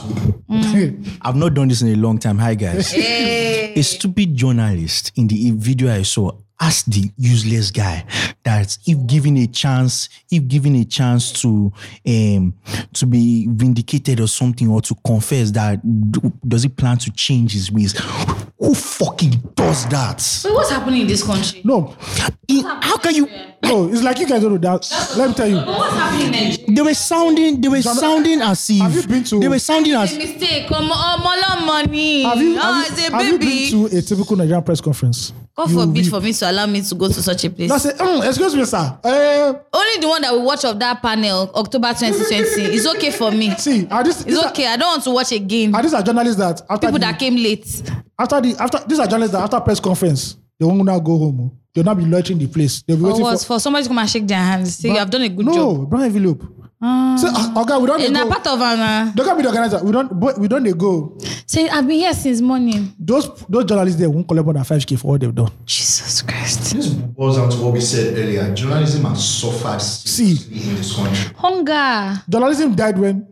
S8: I've not done this in a long time. Hi, guys. A stupid journalist in the video I saw asked the useless guy that if given a chance, if given a chance to um to be vindicated or something or to confess that d- does he plan to change his ways? Who fucking does that?
S1: But what's happening in this country?
S2: No,
S8: In- how can you?
S2: no, it's like you guys don't know that. Let me tell you.
S1: What's happening in Nigeria?
S8: They were sounding. They were sounding as if.
S2: Have you been to-
S8: They were sounding as.
S1: Mistake. Um, um, um, money.
S2: Have you,
S1: Ah,
S2: have,
S1: it's
S2: you,
S1: a
S2: have you
S1: baby.
S2: been to a typical Nigerian press conference?
S1: God
S2: You
S1: forbid
S2: will-
S1: for me to allow me to go to such a place.
S2: Now say, mm, excuse me, sir. Eh,
S1: Only the one that we watch of that panel, October 2020, is okay for me.
S2: see, are this, these
S1: It's
S2: are-
S1: okay. I don't want to watch again.
S2: Are these are journalists that after
S1: People
S2: the,
S1: that came late.
S2: after the after these are journalists that after press conference they won't now go home. oh. They'll not be loitering the place. They'll be
S1: Or
S2: waiting
S1: was
S2: for.
S1: for somebody to come and shake their hands. Say, you have done a good
S2: no,
S1: Oh, job.
S2: No, brown envelope. Say, "Ah, okay, we don't.
S1: And
S2: dey
S1: a
S2: go.
S1: part of uh, Anna.
S2: They can't be the organizer. We don't. but We don't. They go.
S1: Say, I've been here since morning.
S2: Those those journalists there won't collect more than five k for all they've done.
S1: Jesus Christ.
S9: This boils down to what we said earlier. Journalism has suffered seriously in this country.
S1: Hunger.
S2: journalism died when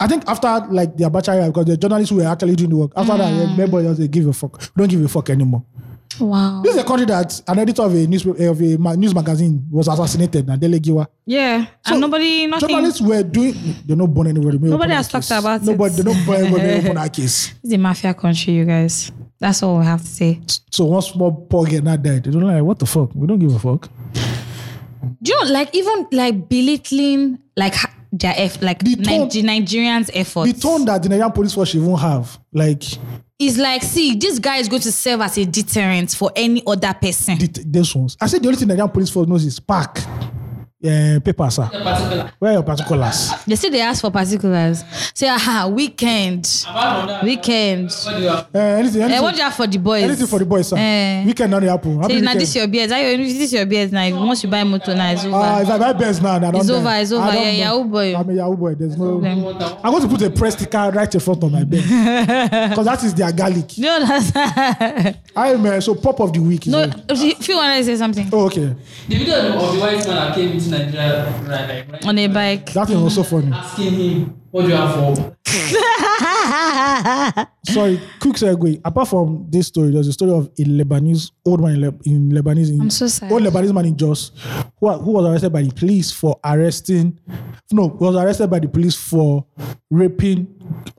S2: I think after like the Abacha era, because the journalists who were actually doing the work, after that,
S1: Mm.
S2: yeah, remember, they say, give a fuck. We don't give a fuck anymore.
S1: Wow.
S2: This is a country that an editor of a news, of a ma- news magazine was assassinated, Nadele Giwa.
S1: Yeah.
S2: So,
S1: and nobody, nothing.
S2: Journalists were doing, they're not born anywhere.
S1: Nobody has talked about it.
S2: Nobody, they're not born anywhere. They open our case.
S1: It's a mafia country, you guys. That's all we have to say.
S2: So one small poor girl now died. They don't like, what the fuck? We don't give a fuck.
S1: Do you know, like even like belittling like ha- their eff- like
S2: The
S1: the
S2: tone-
S1: Nigerians'
S2: The
S1: efforts?
S2: tone that the Nigerian police force should even have, like,
S1: It's like, see, this guy is going to serve as a deterrent for any other person.
S2: the, those ones. I said the only thing Nigerian police force knows is pack, uh, paper, sir.
S4: Particular.
S2: Where are your particulars?
S1: They say they ask for particulars. Say, aha, weekend,
S4: Apart from that,
S1: weekend.
S4: what do you have?
S2: Uh, anything, anything,
S1: Eh, what do you have for the boys?
S2: anything for the boys, sir.
S1: Eh.
S2: Weekend not happen. Happy
S1: Say, now this
S2: weekend.
S1: your beers. Now this is your beers now. Once you buy motor now, it's over.
S2: Ah, if I buy best now, nah, I don't
S1: It's
S2: buy.
S1: over, it's over.
S2: I don't
S1: Yeah,
S2: buy.
S1: Yahoo boy.
S2: I'm a Yahoo boy. There's no. I'm going to put a press sticker right in front of my bed because that is their garlic.
S1: no, that's
S2: I am uh, so pop of the week. is
S1: no.
S2: it?
S1: If you want to say something
S2: Oh, okay.
S4: The video of the white man that came into Nigeria, right, like, right,
S1: on a bike,
S2: That thing was so funny.
S4: asking him What do you have for?
S2: Sorry, quick segue. Apart from this story, there's a story of a Lebanese old man in, Le- in Lebanese. In,
S1: I'm so sad.
S2: Old Lebanese man in Jos, who, who was arrested by the police for arresting, no, was arrested by the police for raping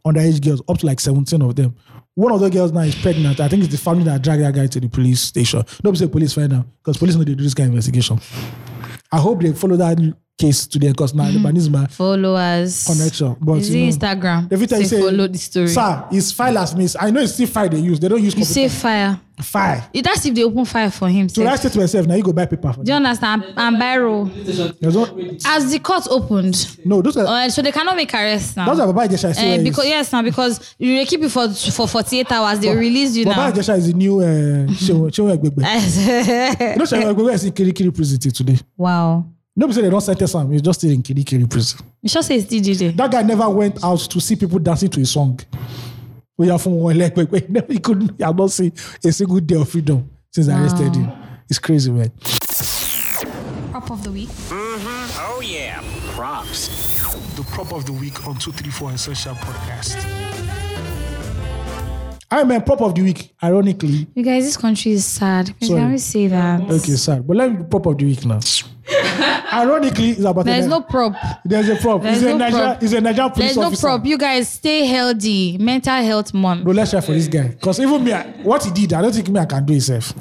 S2: underage girls, up to like 17 of them. One of the girls now is pregnant. I think it's the family that dragged that guy to the police station. Nobody say police right now because police know they do this kind of investigation. I hope they follow that case today because now
S1: Mm-hmm.
S2: Lebanese man
S1: Followers.
S2: connection. But
S1: Is
S2: you
S1: it
S2: know,
S1: Instagram?
S2: Every time you
S1: Say
S2: say
S1: follow the story.
S2: Sir, it's file as miss. I know it's still file they use. They don't use
S1: You say
S2: computer.
S1: fire.
S2: file.
S1: Eh, That's if they open fire for him.
S2: So I
S1: sef.
S2: said to myself, now you go buy paper. For
S1: Do you understand? And Byro.
S4: Station.
S2: There's no,
S1: As the court opened,
S2: no, those are
S1: uh, so they cannot make arrests now.
S2: those are Baba Ijesha. I see
S1: Eh,
S2: where he is.
S1: because yes, now because you they keep you for for 48 hours, they release you Eh, now.
S2: Baba Ijesha is the new uh, Shehu Shehu Egbegbe. You know
S1: eh.
S2: Shehu Egbegbe is in Kirikiri prison till today.
S1: wow.
S2: Nobody say they don't sentence him. He's just still in Kirikiri prison.
S1: You sure say it's DJ
S2: That guy never went out to see people dancing to his song. We are from one leg. Wait, wait. Never, he couldn't. He had not seen a single day of freedom since I arrested him.
S1: Ah.
S2: It's crazy, man.
S5: Prop of the week.
S6: Oh, yeah. Props.
S7: The prop of the week on 234 Essential Podcast.
S2: I mean, prop of the week, ironically.
S1: You guys, this country is sad. You
S2: Sorry.
S1: can we say that?
S2: Okay, sad. But let me do prop of the week now. ironically, it's about
S1: There's
S2: a,
S1: no prop.
S2: There's a prop.
S1: there's
S2: It's a
S1: no
S2: Nigerian.
S1: prop.
S2: It's a Nigerian police
S1: There's no
S2: officer.
S1: prop. You guys stay healthy. Mental health month.
S2: No, let's try for this guy. Because even me, I- what he did, I don't think me I can do itself.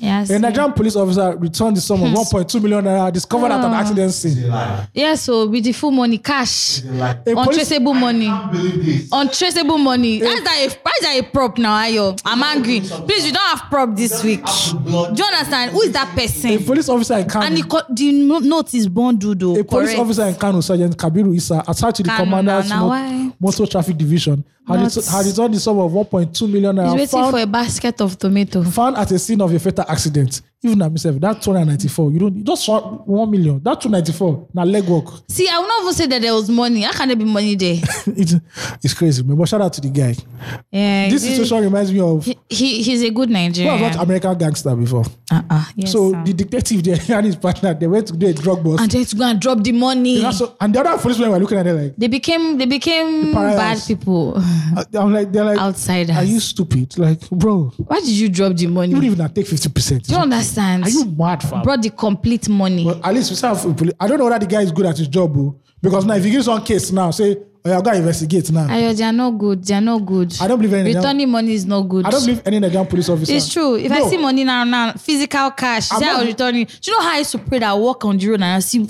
S1: Yes.
S2: A Nigerian police officer returned the sum of 1.2 million naira discovered at an
S1: Ah.
S2: accident scene.
S1: Yes, so with the full money, cash,
S2: A police,
S1: untraceable money.
S9: believe this.
S1: Untraceable money. That's that a, that's that a prop now, Ayo. I'm angry. Please, you don't have prop this week. Do you understand? Who is that
S2: a
S1: person?
S2: police officer in Kano.
S1: And the, co- the no- note is bundled though.
S2: a police
S1: correct.
S2: officer in Kano, Sergeant Kabiru Isa, attached to the
S1: Kano,
S2: commander's
S1: now,
S2: mo-
S1: why?
S2: motor traffic division, had,
S1: Not-
S2: ret- had returned the sum of 1.2 million
S1: He's
S2: naira
S1: waiting
S2: found
S1: for a basket of tomato.
S2: found at a scene of a fatal accident even at myself that 294 you don't you just saw 1 million that 294 na leg work
S1: See, I will not even say that there was money. How can there be money there?
S2: it's, it's crazy man but shout out to the guy
S1: Yeah.
S2: this situation reminds me of
S1: He, he, he's a good
S2: yeah. I
S1: Nigerian.
S2: watched American Gangster before
S1: uh-uh. Yes,
S2: so
S1: sir.
S2: the detective there and his partner they went to do a drug bust
S1: and
S2: and,
S1: they had to go and drop the money.
S2: so, and the other policemen were looking at them like
S1: They became they became bad
S2: pariahs.
S1: people.
S2: I'm like they're like
S1: Uh-huh. Outsiders.
S2: are you stupid like bro
S1: Why did you drop the money?
S2: you don't
S1: Do
S2: even take 50%
S1: you understand?
S2: are you mad fam
S1: brought the complete money.
S2: But at least we serve for police. I don't know whether the guy is good at his job, oh. because now if you give some case now, say, oh, yeah, go and investigate now. I,
S1: Ayo, they are not good. They are not good.
S2: I don't believe any Nigerian-
S1: Returning money is not good.
S2: don't believe any Nigerian police officer.
S1: It's true. If I
S2: No.
S1: see money now, now physical cash,
S2: I'm
S1: say I
S2: not-
S1: will return it. Do you know how I used to pray that I walk on the road and I see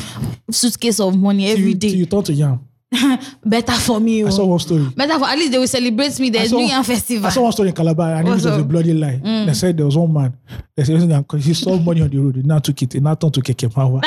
S1: suitcase of money
S2: till
S1: every
S2: you,
S1: day?
S2: till you turn to yam.
S1: Better for me.
S2: I
S1: oh.
S2: saw one story.
S1: Better for at least they will celebrate me.
S2: I
S1: There's
S2: saw-
S1: New Year festival.
S2: I saw one story in Calabar, and it was
S1: What's
S2: a
S1: up? Mm.
S2: bloody lie. They said there was one man. They said listen, he saw money on the road. He now took it. He now turned to keke power.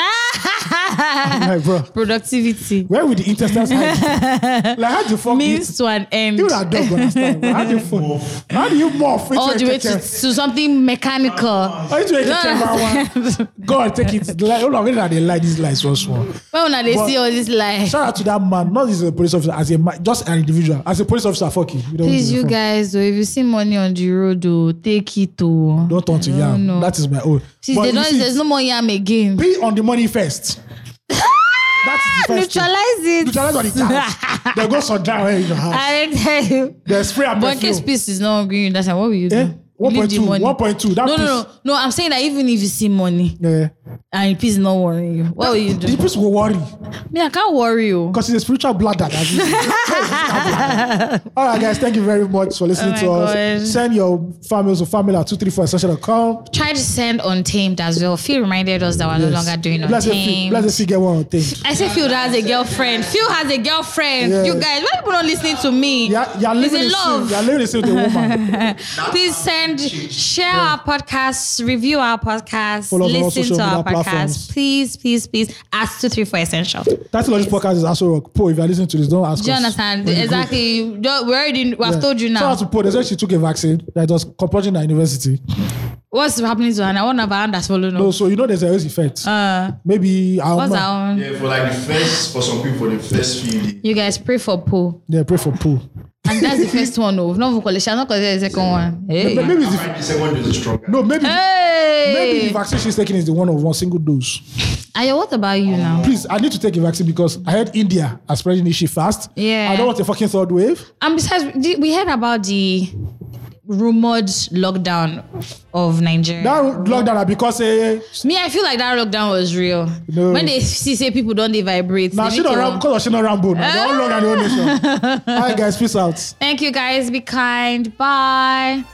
S2: like, bro,
S1: Productivity
S2: where would the intestines hide? like, how do you fuck
S1: means to an end.
S2: You are dog, understand? How do you fuck? How do you morph into
S1: all
S2: a
S1: Oh, the way to,
S2: keke?
S1: to something mechanical.
S2: How do you make a keke power? God, take it. Like, hold on, where are they lie these lies once more?
S1: When una dey
S2: But-
S1: see all this like,
S2: shout out to that man not as a police officer as a man just an individual as a police officer fuck you, you don't
S1: please
S2: do
S1: you
S2: fuck.
S1: guys, though, if you see money on the road, though, take it to.
S2: don't turn to
S1: No,
S2: yam
S1: no.
S2: that is my own
S1: Please,
S2: But
S1: they
S2: you
S1: don't,
S2: see,
S1: there's no more yam again.
S2: pay on the money first that is the first thing
S1: Ah! Neutralize it.
S2: neutralize on the tax they go sun down in your house
S1: I didn't tell you.
S2: they spray and
S1: But in case
S2: perfume
S1: peace is not agreeing, that's what will you do?
S2: oh. eh
S1: You leave the
S2: 1.2
S1: money.
S2: 1.2 that
S1: no, no, no,
S2: piece
S1: no. I'm saying that even if you see money
S2: yeah.
S1: and peace is not worrying you, what will you
S2: The
S1: do?
S2: people will worry
S1: Me, I can't worry you.
S2: because it's a spiritual bladder. that's it. It's a spiritual bladder. All right, guys, thank you very much for listening
S1: Oh
S2: to
S1: my God.
S2: us. Send your families to family at 234
S1: Try to send untamed as well. Phil reminded us that we're no longer doing
S2: Bless if you-
S1: untamed.
S2: bless if you get one thing.
S1: I say Phil has a girlfriend. Phil has a girlfriend.
S2: Yeah.
S1: You guys, why people not listening to me?
S2: Yeah, you're
S1: He's
S2: living
S1: in
S2: in sin.
S1: love.
S2: You're living in sin with a woman.
S1: Please send, share our podcast, review our podcast,
S2: Follow us on all
S1: listen
S2: social
S1: to our
S2: media
S1: podcast.
S2: platforms.
S1: Please, please, please. Ask 234 Essential.
S2: That's why this podcast is also rock. Poor, if you're listening to this, don't ask.
S1: Do you
S2: us.
S1: understand?
S2: We're good.
S1: Exactly. We already, we have
S2: Yeah.
S1: told you
S2: Shout
S1: now.
S2: out to Poor. They said she took a vaccine that was compulsion at university.
S1: What's happening to her now? One of her hand has fallen
S2: No,
S1: off.
S2: so you know there's a risk effect.
S1: Uh,
S2: Maybe our
S1: what's
S2: ma-
S1: her own?
S9: Yeah, for like the first, for some people, for the first few days.
S1: You guys pray for Pooh.
S2: Yeah, pray for Poor.
S1: And that's the first one. Oh, We've not even collected. She's not collected the second one. Hey.
S2: Maybe it's
S9: I
S2: the,
S9: find the second dose is stronger.
S2: no, maybe
S1: Hey.
S2: Maybe the
S1: Hey.
S2: vaccine she's taking is the one of one single dose.
S1: Ayo, what about you now?
S2: Please, I need to take a vaccine because I heard India are spreading this shit fast.
S1: Yeah.
S2: I don't want a fucking third wave.
S1: And besides, di- we heard about the rumored lockdown of Nigeria.
S2: That lockdown are because eh,
S1: Me, I feel like that lockdown was real.
S2: No.
S1: When they see say people don't dey vibrate.
S2: now
S1: they
S2: she
S1: make
S2: not
S1: you-
S2: ram because of she not rambo. Now they all lockdown the whole nation. All right, guys, peace out.
S1: Thank you guys. Be kind. Bye.